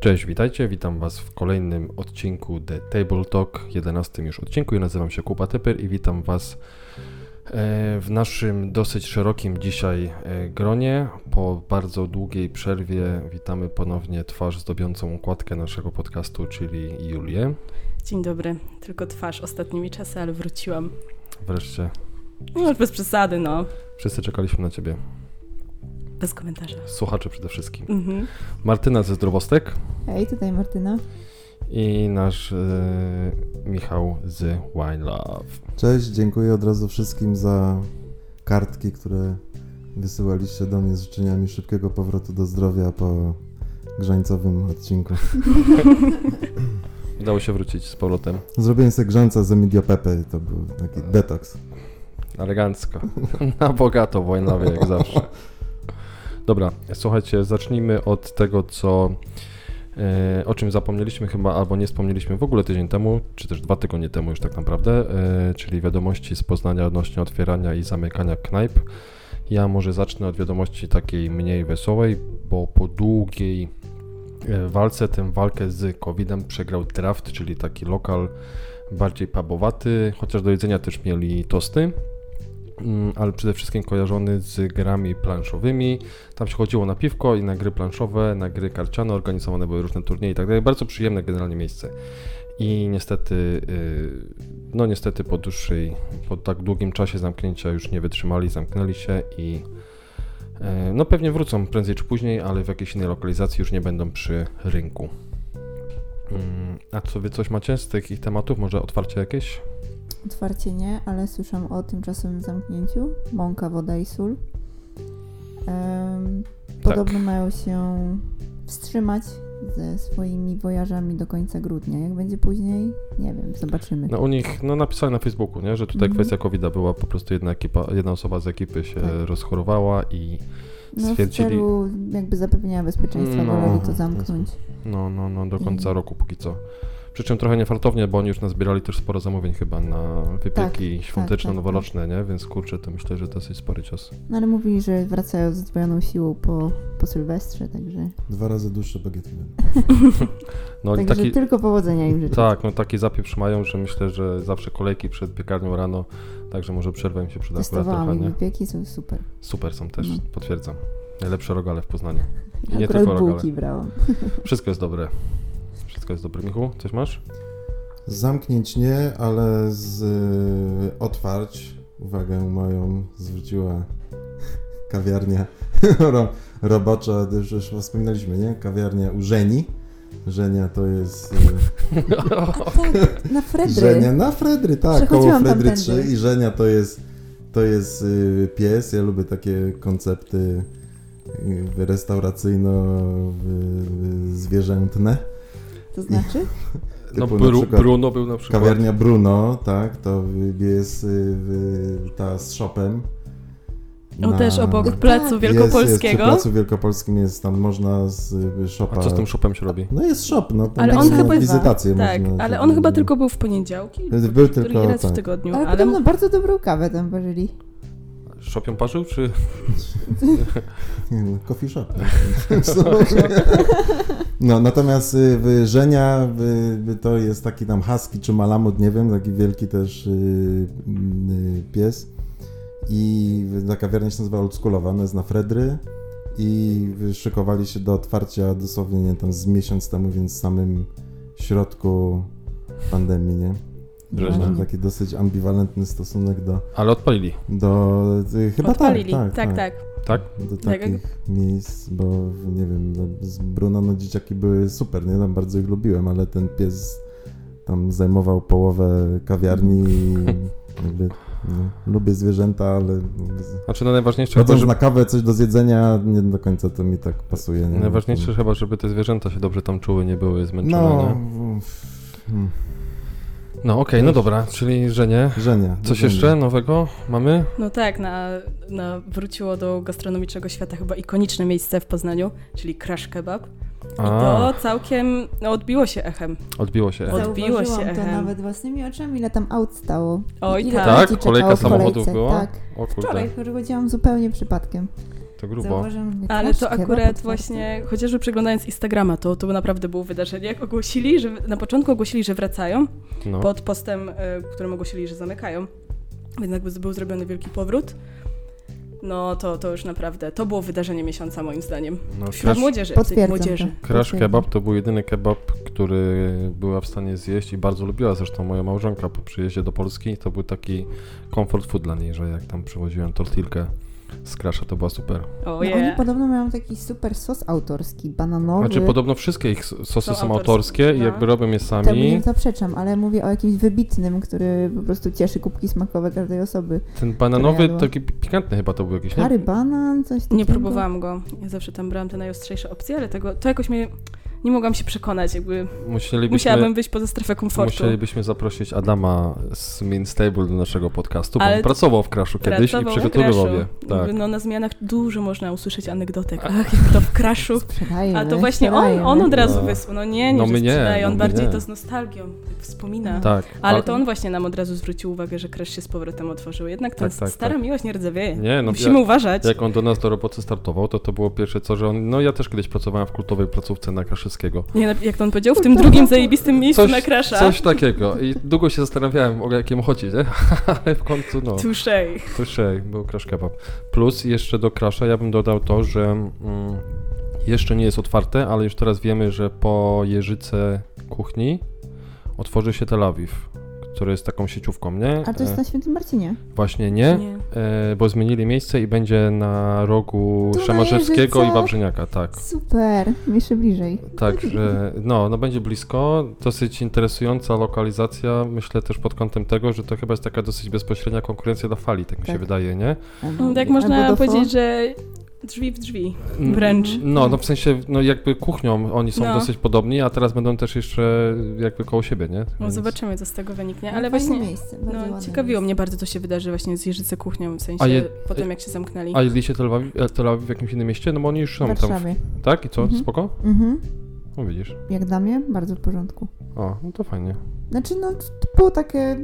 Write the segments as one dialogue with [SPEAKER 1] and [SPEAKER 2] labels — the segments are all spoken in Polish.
[SPEAKER 1] Cześć, witajcie, witam Was w kolejnym odcinku The Table Talk, 11 już odcinku. Ja nazywam się Kuba Typer i witam Was e, w naszym dosyć szerokim dzisiaj e, gronie. Po bardzo długiej przerwie witamy ponownie twarz zdobiącą okładkę naszego podcastu, czyli Julię.
[SPEAKER 2] Dzień dobry, tylko twarz ostatnimi czasy, ale wróciłam.
[SPEAKER 1] Wreszcie,
[SPEAKER 2] No już bez przesady, no.
[SPEAKER 1] wszyscy czekaliśmy na Ciebie,
[SPEAKER 2] Bez komentarza.
[SPEAKER 1] słuchacze przede wszystkim.
[SPEAKER 2] Mhm.
[SPEAKER 1] Martyna ze Zdrowostek
[SPEAKER 3] Hej, tutaj Martyna.
[SPEAKER 1] i nasz e, Michał z Wine Love.
[SPEAKER 4] Cześć, dziękuję od razu wszystkim za kartki, które wysyłaliście do mnie z życzeniami szybkiego powrotu do zdrowia po grzańcowym odcinku.
[SPEAKER 1] Udało się wrócić z powrotem.
[SPEAKER 4] Zrobiłem sobie grzańca z Emilio Pepe i to był taki detoks.
[SPEAKER 1] Elegancko. Na bogato wojnowie, jak zawsze. Dobra, słuchajcie, zacznijmy od tego, co e, o czym zapomnieliśmy chyba, albo nie wspomnieliśmy w ogóle tydzień temu, czy też dwa tygodnie temu już tak naprawdę, e, czyli wiadomości z Poznania odnośnie otwierania i zamykania knajp. Ja może zacznę od wiadomości takiej mniej wesołej, bo po długiej e, walce tę walkę z COVID-em przegrał Draft, czyli taki lokal bardziej pubowaty, chociaż do jedzenia też mieli tosty. Mm, ale przede wszystkim kojarzony z grami planszowymi. Tam się chodziło na piwko i na gry planszowe, na gry karciane, organizowane były różne turnieje i tak dalej. Bardzo przyjemne generalnie miejsce. I niestety, yy, no niestety po dłuższej, po tak długim czasie zamknięcia już nie wytrzymali, zamknęli się i yy, no pewnie wrócą prędzej czy później, ale w jakiejś innej lokalizacji już nie będą przy rynku. Mm, A co wy coś macie z takich tematów? Może otwarcie jakieś?
[SPEAKER 3] Otwarcie nie, ale słyszę o tymczasowym zamknięciu. Mąka, woda i sól. Em,
[SPEAKER 1] Tak.
[SPEAKER 3] podobno mają się wstrzymać ze swoimi wojażami do końca grudnia. Jak będzie później, nie wiem, zobaczymy.
[SPEAKER 1] No u nich, no napisali na Facebooku, nie, że tutaj
[SPEAKER 3] Mhm.
[SPEAKER 1] kwestia COVID-a była, po prostu jedna, ekipa, jedna osoba z ekipy się
[SPEAKER 3] Tak.
[SPEAKER 1] rozchorowała i
[SPEAKER 3] No, w
[SPEAKER 1] stwierdzili-
[SPEAKER 3] celu jakby zapewnienia bezpieczeństwa
[SPEAKER 1] No,
[SPEAKER 3] woleli
[SPEAKER 4] to
[SPEAKER 3] to
[SPEAKER 4] jest-
[SPEAKER 3] zamknąć.
[SPEAKER 1] no, no, no do końca
[SPEAKER 3] I-
[SPEAKER 1] roku póki co. Przy czym trochę niefartownie, bo oni już nazbierali też sporo zamówień chyba na wypieki
[SPEAKER 3] tak, tak.
[SPEAKER 1] świąteczno-noworoczne, nie, więc kurczę, to myślę, że dosyć spory cios.
[SPEAKER 3] No ale mówili, że wracają z zdwojoną siłą po, po Sylwestrze, także,
[SPEAKER 4] Dwa razy dłuższe bagiety. miałem.
[SPEAKER 1] No i
[SPEAKER 3] także
[SPEAKER 1] taki,
[SPEAKER 3] tylko powodzenia im życzę.
[SPEAKER 1] tak, no taki zapieprz mają, że myślę, że zawsze kolejki przed piekarnią rano, także może przerwa im się przyda akurat trochę,
[SPEAKER 3] Testowałam ich
[SPEAKER 1] nie?
[SPEAKER 3] wypieki, są super.
[SPEAKER 1] Super są też,
[SPEAKER 3] No.
[SPEAKER 1] potwierdzam. Najlepsze rogale w Poznaniu. I nie
[SPEAKER 3] Akurat
[SPEAKER 1] tylko rogale.
[SPEAKER 3] bułki brałam.
[SPEAKER 1] Wszystko jest dobre. Wszystko jest dobre. Michu, coś masz?
[SPEAKER 4] Zamknięć nie, ale z y, otwarć uwagę moją zwróciła kawiarnia ro, robocza, już, już wspominaliśmy, nie? Kawiarnia u Żeni. Żenia to jest... y,
[SPEAKER 3] Tak, na Fredry.
[SPEAKER 4] Żenia na Fredry, tak, koło
[SPEAKER 3] Przechodziłam
[SPEAKER 4] Fredry
[SPEAKER 3] tamtędy.
[SPEAKER 4] 3 i Żenia to jest, to jest y, pies, ja lubię takie koncepty y, restauracyjno-zwierzętne.
[SPEAKER 3] To znaczy?
[SPEAKER 1] No,
[SPEAKER 4] Typu na
[SPEAKER 1] Bru-
[SPEAKER 4] przykład
[SPEAKER 1] Bruno był na przykład.
[SPEAKER 4] Kawiarnia Bruno, tak, to jest y, y, ta z shopem.
[SPEAKER 2] No też obok
[SPEAKER 3] Tak.
[SPEAKER 2] Placu
[SPEAKER 3] Jest,
[SPEAKER 4] Jest, jest, przy
[SPEAKER 2] Wielkopolskiego.
[SPEAKER 4] Placu Wielkopolskim jest, tam można z y,
[SPEAKER 1] A
[SPEAKER 4] shopa...
[SPEAKER 1] co z tym szopem się robi?
[SPEAKER 4] No jest shop, no tam
[SPEAKER 2] Ale on
[SPEAKER 4] można
[SPEAKER 2] chyba-
[SPEAKER 4] wizytację
[SPEAKER 2] tak,
[SPEAKER 4] można
[SPEAKER 2] ale on chyba tylko był w poniedziałki,
[SPEAKER 4] Był
[SPEAKER 2] który
[SPEAKER 4] No, tylko,
[SPEAKER 2] raz w
[SPEAKER 4] tak.
[SPEAKER 2] tygodniu,
[SPEAKER 3] Ale
[SPEAKER 2] ale,
[SPEAKER 3] podobno bardzo dobrą kawę tam ważyli.
[SPEAKER 1] Szopią parzył, czy
[SPEAKER 4] Nie wiem, Coffee shop. No, natomiast y, w Żenia y, y, to jest taki tam husky czy malamut, nie wiem, taki wielki też y, y, pies. I ta kawiarnia się nazywa Oldschoolowa, ona jest na Fredry i szykowali się do otwarcia dosłownie, nie wiem, tam z miesiąc temu, więc w samym środku pandemii, nie?
[SPEAKER 1] Różne.
[SPEAKER 4] Mam
[SPEAKER 3] Właśnie.
[SPEAKER 4] taki dosyć ambiwalentny stosunek do...
[SPEAKER 1] Ale odpalili.
[SPEAKER 4] do y, chyba
[SPEAKER 2] odpalili.
[SPEAKER 4] tak,
[SPEAKER 2] tak,
[SPEAKER 4] tak, tak
[SPEAKER 2] tak.
[SPEAKER 4] do
[SPEAKER 2] Tak,
[SPEAKER 4] takich miejsc, bo nie wiem, no, z Bruna no dzieciaki były super, nie? Tam bardzo ich lubiłem, ale ten pies tam zajmował połowę kawiarni i jakby, no, lubię zwierzęta, ale
[SPEAKER 1] Znaczy no najważniejsze chyba,
[SPEAKER 4] chodząc
[SPEAKER 1] żeby,
[SPEAKER 4] na kawę coś do zjedzenia, nie do końca to mi tak pasuje. Nie?
[SPEAKER 1] najważniejsze chyba, żeby te zwierzęta się dobrze tam czuły, nie były zmęczone.
[SPEAKER 4] No,
[SPEAKER 1] nie?
[SPEAKER 4] w- hmm,
[SPEAKER 1] no okej, no dobra, czyli że nie.
[SPEAKER 4] żenia.
[SPEAKER 1] Coś
[SPEAKER 4] żenia.
[SPEAKER 1] jeszcze nowego mamy?
[SPEAKER 2] No tak, na, na, wróciło do gastronomicznego świata chyba ikoniczne miejsce w Poznaniu, czyli Crash Kebab. I
[SPEAKER 1] A,
[SPEAKER 2] to całkiem no, odbiło się echem.
[SPEAKER 1] odbiło się.
[SPEAKER 2] Od- Odbiło się
[SPEAKER 3] Zauważyłam to
[SPEAKER 2] echem.
[SPEAKER 3] nawet własnymi oczami, ile tam aut stało. I
[SPEAKER 2] Oj,
[SPEAKER 3] ile
[SPEAKER 2] tak.
[SPEAKER 3] dzieci
[SPEAKER 1] Tak? Kolejka
[SPEAKER 3] czekało w
[SPEAKER 1] samochodów
[SPEAKER 3] kolejce.
[SPEAKER 1] była?
[SPEAKER 3] Tak.
[SPEAKER 1] O kurde.
[SPEAKER 3] Wczoraj chodziłam zupełnie przypadkiem.
[SPEAKER 1] to grubo.
[SPEAKER 3] Zauważyłam, że
[SPEAKER 2] Ale
[SPEAKER 3] klaszki
[SPEAKER 2] to
[SPEAKER 3] chyba
[SPEAKER 2] akurat
[SPEAKER 3] potwierdzą.
[SPEAKER 2] właśnie, chociażby przeglądając Instagrama, to, to naprawdę było wydarzenie. Jak ogłosili, że na początku ogłosili, że wracają,
[SPEAKER 1] No.
[SPEAKER 2] pod postem, y, którym ogłosili, że zamykają. Więc jakby był zrobiony wielki powrót. No to, to już naprawdę, to było wydarzenie miesiąca moim zdaniem.
[SPEAKER 1] No,
[SPEAKER 2] Wśród
[SPEAKER 1] crash,
[SPEAKER 2] młodzieży.
[SPEAKER 3] Potwierdzam
[SPEAKER 2] młodzieży.
[SPEAKER 1] crash
[SPEAKER 3] to. Potwierdzam.
[SPEAKER 1] kebab to był jedyny kebab, który była w stanie zjeść i bardzo lubiła zresztą moja małżonka po przyjeździe do Polski. To był taki comfort food dla niej, że jak tam przywoziłem tortilkę z crasha, to była super.
[SPEAKER 2] O
[SPEAKER 3] No, Oni
[SPEAKER 2] je.
[SPEAKER 3] podobno mają taki super sos autorski, bananowy.
[SPEAKER 1] Znaczy podobno wszystkie ich s- sosy
[SPEAKER 2] Są
[SPEAKER 1] są
[SPEAKER 2] autorskie,
[SPEAKER 1] autorskie i
[SPEAKER 2] no.
[SPEAKER 1] jakby robią je
[SPEAKER 3] Temu nie
[SPEAKER 1] sami.
[SPEAKER 3] zaprzeczam, ale mówię o jakimś wybitnym, który po prostu cieszy kubki smakowe każdej osoby.
[SPEAKER 1] Ten bananowy,
[SPEAKER 3] Jadłam.
[SPEAKER 1] taki pikantny chyba to był jakiś, nie?
[SPEAKER 3] Kary banan, coś takiego.
[SPEAKER 2] Nie próbowałam go. Ja zawsze tam brałam te najostrzejsze opcje, ale tego, to jakoś mnie, nie mogłam się przekonać, jakby
[SPEAKER 1] Musielibyśmy,
[SPEAKER 2] musiałabym wyjść poza strefę komfortu.
[SPEAKER 1] musielibyśmy zaprosić Adama z Minstable do naszego podcastu, bo
[SPEAKER 2] Ale
[SPEAKER 1] on
[SPEAKER 2] to-
[SPEAKER 1] pracował w Crashu kiedyś i
[SPEAKER 2] Pracował w
[SPEAKER 1] przygotowywał
[SPEAKER 2] Crashu.
[SPEAKER 1] je. Tak.
[SPEAKER 2] Jakby No na zmianach dużo można usłyszeć anegdotek. Ach, jak to w kraszu.
[SPEAKER 3] Sprzedajemy,
[SPEAKER 2] A to właśnie on,
[SPEAKER 3] sprzedajemy.
[SPEAKER 2] on od razu
[SPEAKER 1] No.
[SPEAKER 2] wysłał. No nie, nie,
[SPEAKER 1] No
[SPEAKER 2] że
[SPEAKER 1] my nie,
[SPEAKER 2] sprzedaje,
[SPEAKER 1] no
[SPEAKER 2] on
[SPEAKER 1] my
[SPEAKER 2] bardziej
[SPEAKER 1] nie.
[SPEAKER 2] to z nostalgią tak wspomina.
[SPEAKER 1] tak.
[SPEAKER 2] Ale
[SPEAKER 1] A-
[SPEAKER 2] to on właśnie nam od razu zwrócił uwagę, że crash się z powrotem otworzył. Jednak ta
[SPEAKER 1] Tak, tak,
[SPEAKER 2] stara
[SPEAKER 1] tak.
[SPEAKER 2] miłość nie rdzewieje.
[SPEAKER 1] Nie, no,
[SPEAKER 2] Musimy
[SPEAKER 1] jak-
[SPEAKER 2] uważać.
[SPEAKER 1] Jak on do nas do roboty startował, to to było pierwsze co, że on, no ja też kiedyś pracowałem w kultowej placówce na Kraszewskiego.
[SPEAKER 2] Nie, no, jak to on powiedział, w tym drugim zajebistym miejscu na crasha.
[SPEAKER 1] coś takiego i długo się zastanawiałem o jakim chodzi, nie? ale w końcu no,
[SPEAKER 2] Tuszej.
[SPEAKER 1] słyszę, był Crash Kebab. Plus jeszcze do Crasha ja bym dodał to, że mm, jeszcze nie jest otwarte, ale już teraz wiemy, że po Jeżyce Kuchni otworzy się Tel Awiw, który jest taką sieciówką, nie?
[SPEAKER 3] A to
[SPEAKER 1] E,
[SPEAKER 3] jest na Świętym Marcinie.
[SPEAKER 1] Właśnie nie,
[SPEAKER 2] Nie.
[SPEAKER 1] E, bo zmienili miejsce i będzie na rogu
[SPEAKER 3] Tu na
[SPEAKER 1] Szamarzewskiego i
[SPEAKER 3] Jeżycach.
[SPEAKER 1] Wawrzyniaka, tak.
[SPEAKER 3] Super, jeszcze bliżej.
[SPEAKER 1] Także no, no będzie blisko, dosyć interesująca lokalizacja, myślę też pod kątem tego, że to chyba jest taka dosyć bezpośrednia konkurencja dla fali, tak mi się
[SPEAKER 3] Tak.
[SPEAKER 1] wydaje, nie?
[SPEAKER 3] Albo-
[SPEAKER 2] No, tak
[SPEAKER 3] albo do
[SPEAKER 2] można
[SPEAKER 3] Fo-
[SPEAKER 2] powiedzieć, że drzwi w drzwi.
[SPEAKER 1] N-
[SPEAKER 2] Wręcz.
[SPEAKER 1] No, no w sensie, no jakby kuchnią oni są
[SPEAKER 2] No.
[SPEAKER 1] dosyć podobni, a teraz będą też jeszcze jakby koło siebie, nie?
[SPEAKER 2] No
[SPEAKER 1] Więc-
[SPEAKER 2] zobaczymy, co z tego wyniknie.
[SPEAKER 3] No,
[SPEAKER 2] Ale
[SPEAKER 3] fajne
[SPEAKER 2] właśnie
[SPEAKER 3] Miejsce, bardzo
[SPEAKER 2] no,
[SPEAKER 3] ładne
[SPEAKER 2] ciekawiło
[SPEAKER 3] miejsce.
[SPEAKER 2] mnie bardzo, co się wydarzy właśnie z Jeżyce Kuchnią, w sensie
[SPEAKER 1] A je-
[SPEAKER 2] potem jak się zamknęli.
[SPEAKER 1] A jedli się Tel Awiw, e, Tel Awiw w jakimś innym mieście? No bo oni już
[SPEAKER 3] W
[SPEAKER 1] są tam,
[SPEAKER 3] Warszawie.
[SPEAKER 1] w- tak? I co?
[SPEAKER 3] Mhm.
[SPEAKER 1] Spoko?
[SPEAKER 3] Mhm.
[SPEAKER 1] No widzisz.
[SPEAKER 3] Jak dla mnie, bardzo w porządku.
[SPEAKER 1] O, no to fajnie.
[SPEAKER 3] Znaczy, no, to było takie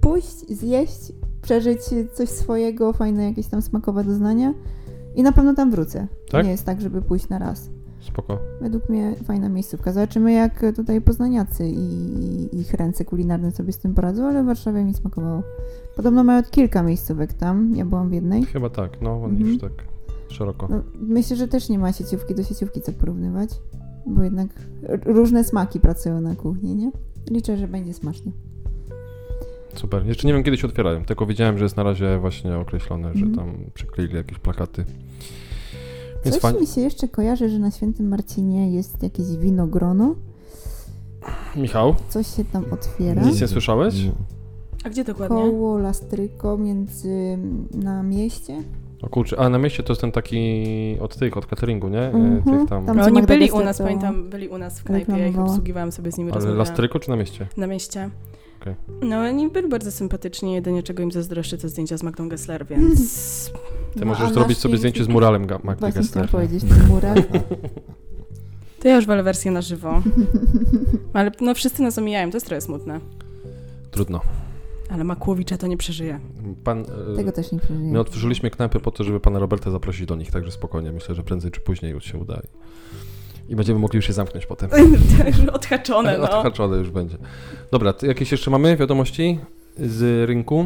[SPEAKER 3] pójść, zjeść, przeżyć coś swojego, fajne jakieś tam smakowe doznania i na pewno tam wrócę.
[SPEAKER 1] Tak?
[SPEAKER 3] Nie jest tak, żeby pójść na raz.
[SPEAKER 1] Spoko.
[SPEAKER 3] Według mnie fajna miejscówka. Zobaczymy, jak tutaj poznaniacy i ich ręce kulinarne sobie z tym poradzą, ale w Warszawie mi smakowało. Podobno mają kilka miejscówek tam, ja byłam w jednej.
[SPEAKER 1] Chyba tak, no on
[SPEAKER 3] Mhm.
[SPEAKER 1] już tak szeroko.
[SPEAKER 3] No, myślę, że też nie ma sieciówki do sieciówki co porównywać, bo jednak r- różne smaki pracują na kuchni, nie? Liczę, że będzie smacznie.
[SPEAKER 1] Super. Jeszcze nie wiem kiedy się otwierają, tylko wiedziałem, że jest na razie właśnie określone,
[SPEAKER 3] Mhm.
[SPEAKER 1] że tam przykleili jakieś plakaty. Więc
[SPEAKER 3] Coś
[SPEAKER 1] fajnie.
[SPEAKER 3] mi się jeszcze kojarzy, że na Świętym Marcinie jest jakieś winogrono,
[SPEAKER 1] Michał,
[SPEAKER 3] coś się tam otwiera.
[SPEAKER 1] Nic nie słyszałeś?
[SPEAKER 4] Nie.
[SPEAKER 2] A gdzie dokładnie?
[SPEAKER 3] Koło Lastryko między na mieście.
[SPEAKER 1] o kurczę, a na mieście to jest ten taki od tych, od cateringu, nie? E,
[SPEAKER 3] Mhm,
[SPEAKER 1] Tych tam.
[SPEAKER 3] tam
[SPEAKER 2] No,
[SPEAKER 3] co
[SPEAKER 2] oni
[SPEAKER 3] Magda
[SPEAKER 2] byli u
[SPEAKER 3] Gessler
[SPEAKER 2] nas,
[SPEAKER 3] to
[SPEAKER 2] pamiętam, byli u nas w knajpie, ja ich
[SPEAKER 3] reklamowała.
[SPEAKER 2] obsługiwałam sobie z nimi
[SPEAKER 1] Ale
[SPEAKER 2] rozmawiałam.
[SPEAKER 1] lastryko czy na mieście?
[SPEAKER 2] na mieście.
[SPEAKER 1] Okej.
[SPEAKER 2] No, oni byli bardzo sympatyczni, jedynie czego im zazdroszczę to zdjęcia z Magdą Gessler, więc
[SPEAKER 1] Ty
[SPEAKER 3] No, a
[SPEAKER 1] możesz
[SPEAKER 3] nasz
[SPEAKER 1] zrobić sobie
[SPEAKER 3] piękny-
[SPEAKER 1] zdjęcie z muralem Ga- Magdy
[SPEAKER 3] Właśnie chciałam
[SPEAKER 1] Gessler.
[SPEAKER 3] powiedzieć, ten mural.
[SPEAKER 2] to ja już wolę wersję na żywo. Ale no, wszyscy nas omijają, to jest trochę smutne.
[SPEAKER 1] Trudno.
[SPEAKER 2] Ale Makłowicza to nie przeżyje.
[SPEAKER 1] Pan, e,
[SPEAKER 3] Tego też nie przeżyję.
[SPEAKER 1] my otworzyliśmy knajpę po to, żeby pana Roberta zaprosić do nich, także spokojnie. Myślę, że prędzej czy później już się uda. i- I będziemy mogli już się zamknąć potem.
[SPEAKER 2] To już Odhaczone, no.
[SPEAKER 1] Odhaczone już będzie. Dobra, to jakieś jeszcze mamy wiadomości z rynku?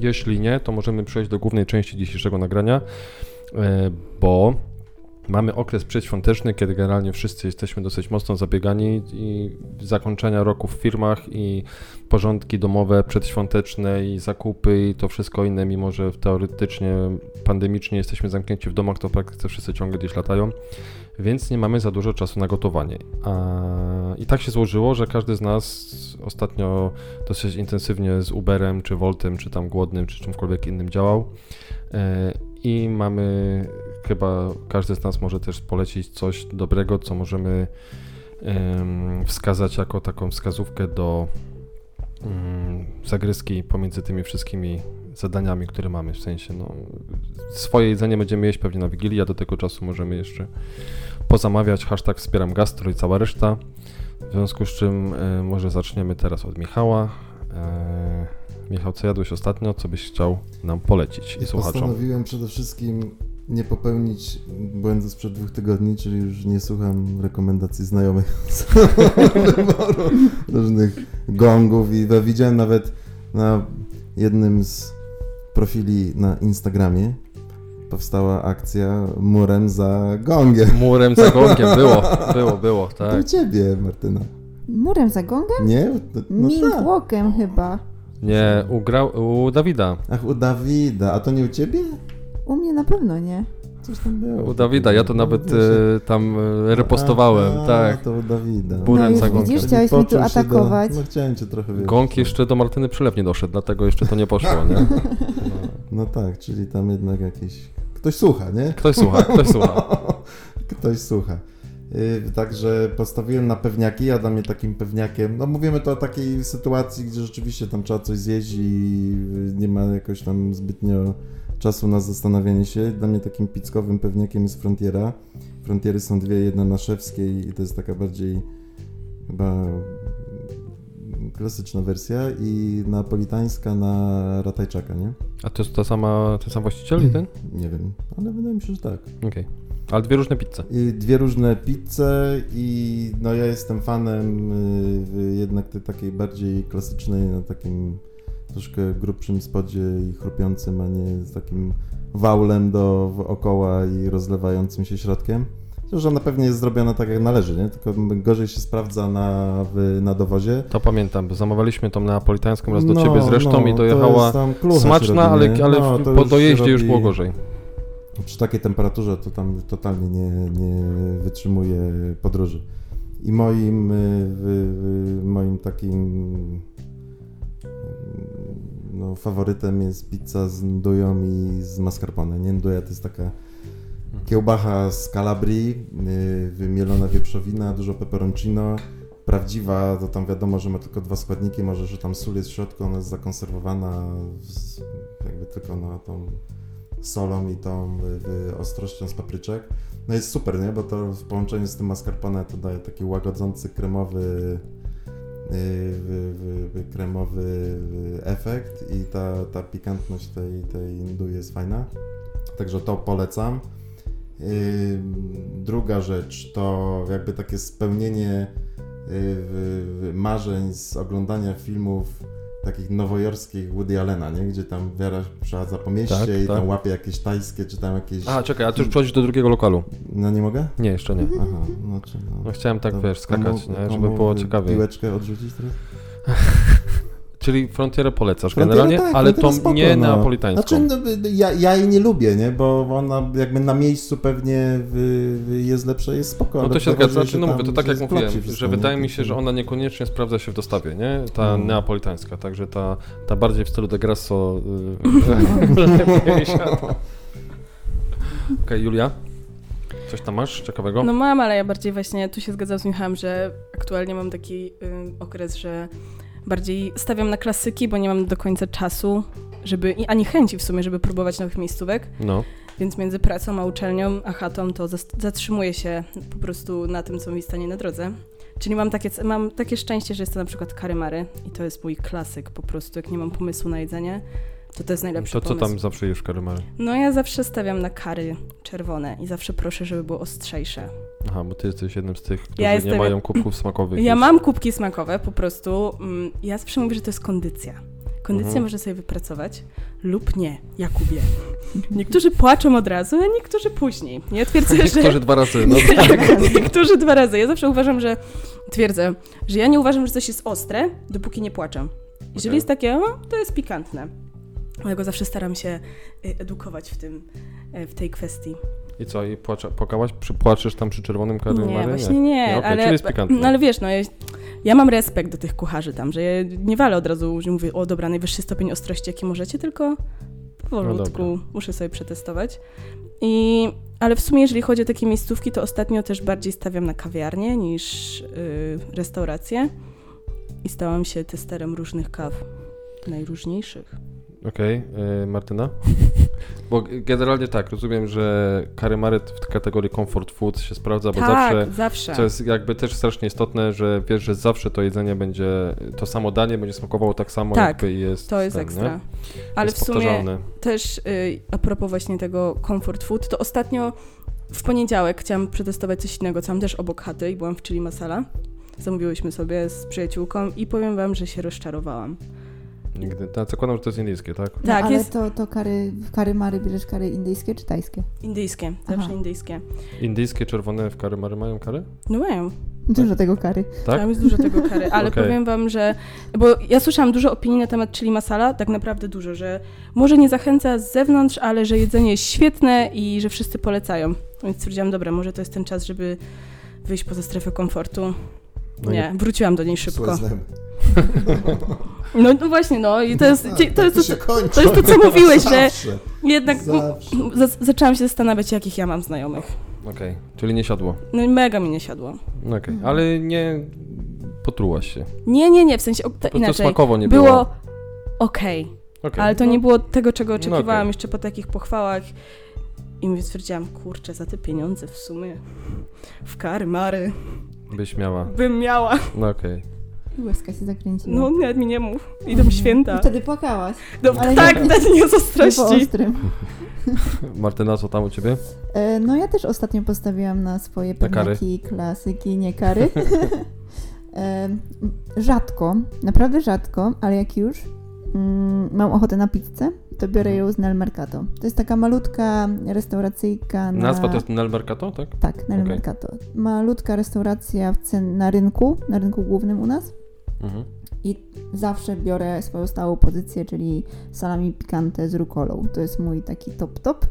[SPEAKER 1] Jeśli nie, to możemy przejść do głównej części dzisiejszego nagrania, e, bo mamy okres przedświąteczny, kiedy generalnie wszyscy jesteśmy dosyć mocno zabiegani i zakończenia roku w firmach i porządki domowe przedświąteczne i zakupy i to wszystko inne, mimo że teoretycznie pandemicznie jesteśmy zamknięci w domach, to w praktyce wszyscy ciągle gdzieś latają więc nie mamy za dużo czasu na gotowanie. A, I tak się złożyło, że każdy z nas ostatnio dosyć intensywnie z Uberem, czy Voltem, czy tam głodnym, czy czymkolwiek innym działał. E, I mamy, chyba każdy z nas może też polecić coś dobrego, co możemy em, wskazać jako taką wskazówkę do mm, zagryzki pomiędzy tymi wszystkimi zadaniami, które mamy. W sensie, no, swoje jedzenie będziemy jeść pewnie na Wigilii, a do tego czasu możemy jeszcze pozamawiać. Hashtag wspieram gastro i cała reszta. W związku z czym e, może zaczniemy teraz od Michała. E, Michał, co jadłeś ostatnio? Co byś chciał nam polecić i słuchaczom?
[SPEAKER 4] Postanowiłem przede wszystkim nie popełnić błędu sprzed dwóch tygodni, czyli już nie słucham rekomendacji znajomych z wyboru różnych gongów i bo widziałem nawet na jednym z profili na Instagramie powstała akcja murem za gongiem.
[SPEAKER 1] Murem za gąkiem, było, było, było,
[SPEAKER 4] Do
[SPEAKER 1] tak.
[SPEAKER 4] ciebie, Martyna.
[SPEAKER 3] Murem za gągiem?
[SPEAKER 4] Nie? No, no
[SPEAKER 3] Ming
[SPEAKER 4] tak.
[SPEAKER 3] Walkiem chyba.
[SPEAKER 1] Nie, u, grał, u Dawida.
[SPEAKER 4] Ach, u Dawida, a to nie u ciebie?
[SPEAKER 3] U mnie na pewno nie.
[SPEAKER 4] Coś tam było.
[SPEAKER 1] U Dawida, ja to nawet e, tam e, repostowałem,
[SPEAKER 4] A,
[SPEAKER 1] tak.
[SPEAKER 4] To u Dawida.
[SPEAKER 1] Murem
[SPEAKER 3] no i
[SPEAKER 1] za gąkiem.
[SPEAKER 3] widzisz,
[SPEAKER 4] Czyli
[SPEAKER 3] chciałeś mi tu
[SPEAKER 4] poczuł się
[SPEAKER 3] atakować.
[SPEAKER 4] Do... No chciałem cię trochę wiedzieć.
[SPEAKER 1] Gąk jeszcze do Martyny Przylew nie doszedł, dlatego jeszcze to nie poszło, nie?
[SPEAKER 4] No tak, czyli tam jednak jakiś... Ktoś słucha, nie?
[SPEAKER 1] Ktoś słucha, ktoś słucha.
[SPEAKER 4] Ktoś słucha. Yy, Także postawiłem na pewniaki, ja dla mnie takim pewniakiem, no mówimy to o takiej sytuacji, gdzie rzeczywiście tam trzeba coś zjeść i y, nie ma jakoś tam zbytnio czasu na zastanawianie się. Dla mnie takim pickowym pewniakiem jest Frontiera. Frontiery są dwie, jedna na Szewskiej i to jest taka bardziej chyba klasyczna wersja i napolitańska na Ratajczaka, nie?
[SPEAKER 1] A to jest ta sama, ten sam właściciel i ten?
[SPEAKER 4] Nie wiem, ale wydaje mi się, że tak.
[SPEAKER 1] Okej. Ale dwie różne pizze.
[SPEAKER 4] Y, dwie różne pizze i no ja jestem fanem y, y, jednak tej takiej bardziej klasycznej, na takim troszkę grubszym spodzie i chrupiącym, a nie z takim waulem dookoła i rozlewającym się środkiem. Zresztą ona pewnie jest zrobiona tak jak należy, nie? tylko gorzej się sprawdza na, w, na dowozie.
[SPEAKER 1] To pamiętam, bo zamawialiśmy tą neapolitańską raz do
[SPEAKER 4] No,
[SPEAKER 1] ciebie zresztą
[SPEAKER 4] no,
[SPEAKER 1] i
[SPEAKER 4] to
[SPEAKER 1] dojechała
[SPEAKER 4] jest tam klucha się
[SPEAKER 1] smaczna,
[SPEAKER 4] robi, nie?
[SPEAKER 1] ale, ale
[SPEAKER 4] No,
[SPEAKER 1] w-
[SPEAKER 4] to
[SPEAKER 1] po
[SPEAKER 4] już się
[SPEAKER 1] dojeździe już
[SPEAKER 4] robi-
[SPEAKER 1] było gorzej.
[SPEAKER 4] Przy takiej temperaturze to tam totalnie nie, nie wytrzymuje podróży. I moim, y, y, y, moim takim y, no, faworytem jest pizza z ndują i z mascarpone. Nie nduja to jest taka kiełbacha z Kalabrii, y, wymielona wieprzowina, dużo peperoncino. Prawdziwa, to tam wiadomo, że ma tylko dwa składniki, może, że tam sól jest w środku, ona jest zakonserwowana z, jakby tylko na tą solą i tą y, y, ostrością z papryczek. No jest super, nie? Bo to w połączeniu z tym mascarpone to daje taki łagodzący, kremowy y, y, y, y, kremowy y, efekt i ta, ta pikantność tej, tej indu jest fajna. Także to polecam. Y, Druga rzecz to jakby takie spełnienie y, y, y, marzeń z oglądania filmów takich nowojorskich Woody Allena, nie? gdzie tam wiara przechadza po mieście
[SPEAKER 1] Tak,
[SPEAKER 4] i tam
[SPEAKER 1] tak.
[SPEAKER 4] łapie jakieś tajskie, czy tam jakieś...
[SPEAKER 1] A, czekaj, a
[SPEAKER 4] Mm.
[SPEAKER 1] ty już przechodzisz do drugiego lokalu.
[SPEAKER 4] No nie mogę?
[SPEAKER 1] Nie, jeszcze nie.
[SPEAKER 4] Aha, no czy no...
[SPEAKER 1] No chciałem tak,
[SPEAKER 4] To
[SPEAKER 1] wiesz, skakać,
[SPEAKER 4] komu-
[SPEAKER 1] nie? żeby
[SPEAKER 4] komu
[SPEAKER 1] było ciekawiej.
[SPEAKER 4] Piłeczkę odrzucić teraz?
[SPEAKER 1] Czyli Frontierę polecasz
[SPEAKER 4] Frontierę
[SPEAKER 1] generalnie,
[SPEAKER 4] tak,
[SPEAKER 1] ale
[SPEAKER 4] Frontierę
[SPEAKER 1] tą
[SPEAKER 4] spoko,
[SPEAKER 1] nie
[SPEAKER 4] no.
[SPEAKER 1] neapolitańską.
[SPEAKER 4] Znaczy, no, ja, ja jej nie lubię, nie? Bo ona jakby na miejscu pewnie w, w jest lepsza, jest spoko.
[SPEAKER 1] No
[SPEAKER 4] ale
[SPEAKER 1] to się
[SPEAKER 4] najważniejsze
[SPEAKER 1] zgadza, znaczy, no
[SPEAKER 4] tam,
[SPEAKER 1] mówię, to tak
[SPEAKER 4] że
[SPEAKER 1] jak
[SPEAKER 4] jest
[SPEAKER 1] mówiłem,
[SPEAKER 4] placi
[SPEAKER 1] że
[SPEAKER 4] wszystko, no,
[SPEAKER 1] wydaje
[SPEAKER 4] nie?
[SPEAKER 1] mi się, że ona niekoniecznie sprawdza się w dostawie, nie? Ta
[SPEAKER 4] Mm.
[SPEAKER 1] neapolitańska, także ta, ta bardziej w stylu de Grasso. y, lepiej siada. Okej, Julia, coś tam masz ciekawego?
[SPEAKER 2] No mam, ale ja bardziej właśnie tu się zgadzam z Michałem, że aktualnie mam taki ym, okres, że bardziej stawiam na klasyki, bo nie mam do końca czasu, żeby i ani chęci w sumie, żeby próbować nowych miejscówek,
[SPEAKER 1] No.
[SPEAKER 2] więc między pracą a uczelnią a chatą to zas- zatrzymuję się po prostu na tym, co mi stanie na drodze. Czyli mam takie, c- mam takie szczęście, że jest to na przykład karymary i to jest mój klasyk po prostu. Jak nie mam pomysłu na jedzenie, to to jest najlepszy
[SPEAKER 1] No To co
[SPEAKER 2] pomysł.
[SPEAKER 1] tam zawsze jesz karymary?
[SPEAKER 2] No ja zawsze stawiam na kary czerwone i zawsze proszę, żeby było ostrzejsze.
[SPEAKER 1] Aha, bo ty jesteś jednym z tych, którzy nie
[SPEAKER 2] jestem-
[SPEAKER 1] mają kubków smakowych.
[SPEAKER 2] Ja
[SPEAKER 1] już.
[SPEAKER 2] mam kubki smakowe, po prostu. mm, Ja zawsze mówię, że to jest kondycja. Kondycję
[SPEAKER 1] Mhm.
[SPEAKER 2] można sobie wypracować lub nie, Jakubie. Niektórzy płaczą od razu, a niektórzy później. Ja twierdzę,
[SPEAKER 1] Niektórzy
[SPEAKER 2] że.
[SPEAKER 1] dwa razy, no
[SPEAKER 2] Tak, niektórzy dwa razy. Ja zawsze uważam, że. Twierdzę, że ja nie uważam, że coś jest ostre, dopóki nie płaczę. Jeżeli
[SPEAKER 1] Okej.
[SPEAKER 2] jest takie, no, to jest pikantne. Dlatego zawsze staram się y, edukować w tym, y, w tej kwestii.
[SPEAKER 1] I co, i płacza, płakałaś? Przy, płaczesz tam przy czerwonym karymary?
[SPEAKER 2] Nie, właśnie nie,
[SPEAKER 1] okej,
[SPEAKER 2] ale,
[SPEAKER 1] czyli jest pikantne.
[SPEAKER 2] no, ale wiesz, no, ja, ja mam respekt do tych kucharzy tam, że ja nie walę od razu, że mówię, o dobra, najwyższy stopień ostrości, jaki możecie, tylko powolutku
[SPEAKER 1] No dobra.
[SPEAKER 2] muszę sobie przetestować. I, ale w sumie, jeżeli chodzi o takie miejscówki, to ostatnio też bardziej stawiam na kawiarnie niż yy, restauracje i stałam się testerem różnych kaw, najróżniejszych.
[SPEAKER 1] Okej, e, Martyna? Bo g- generalnie tak, rozumiem, że karymary w kategorii comfort food się sprawdza, bo zawsze,
[SPEAKER 2] tak, zawsze.
[SPEAKER 1] co jest jakby też strasznie istotne, że wiesz, że zawsze to jedzenie będzie, to samo danie będzie smakowało tak samo,
[SPEAKER 2] Tak,
[SPEAKER 1] jakby jest
[SPEAKER 2] To jest
[SPEAKER 1] ten,
[SPEAKER 2] ekstra.
[SPEAKER 1] Nie?
[SPEAKER 2] Ale
[SPEAKER 1] jest
[SPEAKER 2] w sumie
[SPEAKER 1] powtarzalne.
[SPEAKER 2] też y, a propos właśnie tego comfort food, to ostatnio w poniedziałek chciałam przetestować coś innego, co mam też obok chaty i byłam w Chili Masala. Zamówiłyśmy sobie z przyjaciółką i powiem wam, że się rozczarowałam.
[SPEAKER 1] Nigdy. Tak, zakładam, że to jest indyjskie, tak?
[SPEAKER 3] No,
[SPEAKER 2] Tak,
[SPEAKER 3] ale
[SPEAKER 2] jest
[SPEAKER 3] to, to kary, w kary mary bierzesz kary indyjskie czy tajskie?
[SPEAKER 2] indyjskie, zawsze
[SPEAKER 3] Aha.
[SPEAKER 2] indyjskie.
[SPEAKER 1] Indyjskie czerwone w karymary mają kary?
[SPEAKER 2] No mają,
[SPEAKER 3] Dużo tego kary.
[SPEAKER 1] Tak?
[SPEAKER 2] Tam jest dużo tego kary, ale
[SPEAKER 1] Okej.
[SPEAKER 2] powiem wam, że. Bo ja słyszałam dużo opinii na temat chili masala, tak naprawdę dużo, że może nie zachęca z zewnątrz, ale że jedzenie jest świetne i że wszyscy polecają. Więc stwierdziłam, dobra, może to jest ten czas, żeby wyjść poza strefę komfortu.
[SPEAKER 1] No
[SPEAKER 2] nie, wróciłam do niej szybko.
[SPEAKER 4] Szybko.
[SPEAKER 2] No, no właśnie, no i to jest, ci- to,
[SPEAKER 1] tak
[SPEAKER 2] jest to,
[SPEAKER 4] się
[SPEAKER 2] co-
[SPEAKER 4] kończy.
[SPEAKER 2] to jest to, co mówiłeś, że
[SPEAKER 4] Zawsze,
[SPEAKER 2] jednak m-
[SPEAKER 4] zawsze.
[SPEAKER 2] za- zaczęłam się zastanawiać, jakich ja mam znajomych.
[SPEAKER 1] Okej, czyli nie siadło.
[SPEAKER 2] No i mega mi nie siadło.
[SPEAKER 1] Okej,
[SPEAKER 2] Mhm.
[SPEAKER 1] ale nie potrułaś się.
[SPEAKER 2] Nie, nie, nie, w sensie o, to
[SPEAKER 1] Po prostu
[SPEAKER 2] inaczej.
[SPEAKER 1] smakowo nie
[SPEAKER 2] było.
[SPEAKER 1] było.
[SPEAKER 2] okej.
[SPEAKER 1] Okej.
[SPEAKER 2] Ale to
[SPEAKER 1] No,
[SPEAKER 2] nie było tego, czego oczekiwałam
[SPEAKER 1] okej.
[SPEAKER 2] jeszcze po takich pochwałach. I mówię, stwierdziłam, kurczę, za te pieniądze w sumie w kary mary
[SPEAKER 1] Byś miała.
[SPEAKER 2] bym miała.
[SPEAKER 1] No okej.
[SPEAKER 3] I łezka się zakręciła.
[SPEAKER 2] No nawet mi nie mów. Idą święta.
[SPEAKER 3] I wtedy płakałaś.
[SPEAKER 2] No,
[SPEAKER 3] ale
[SPEAKER 2] tak,
[SPEAKER 3] nie-
[SPEAKER 2] dać nie
[SPEAKER 3] nie po
[SPEAKER 2] zazdrości.
[SPEAKER 3] ostrym.
[SPEAKER 1] Martyna, co tam u ciebie?
[SPEAKER 3] E, no ja też ostatnio postawiłam na swoje
[SPEAKER 1] Na kary.
[SPEAKER 3] pewniaki, klasyki, nie kary. e, rzadko, naprawdę rzadko, ale jak już mm, mam ochotę na pizzę, to
[SPEAKER 1] Mhm.
[SPEAKER 3] biorę ją z Nel Mercato. To jest taka malutka restauracyjka na...
[SPEAKER 1] Nazwa to jest Nel Mercato, tak?
[SPEAKER 3] Tak, Nel
[SPEAKER 1] Okej.
[SPEAKER 3] Mercato. Malutka restauracja w cen... na rynku, na rynku głównym u nas.
[SPEAKER 1] Mhm.
[SPEAKER 3] zawsze biorę swoją stałą pozycję, czyli salami pikante z rukolą. To jest mój taki top top.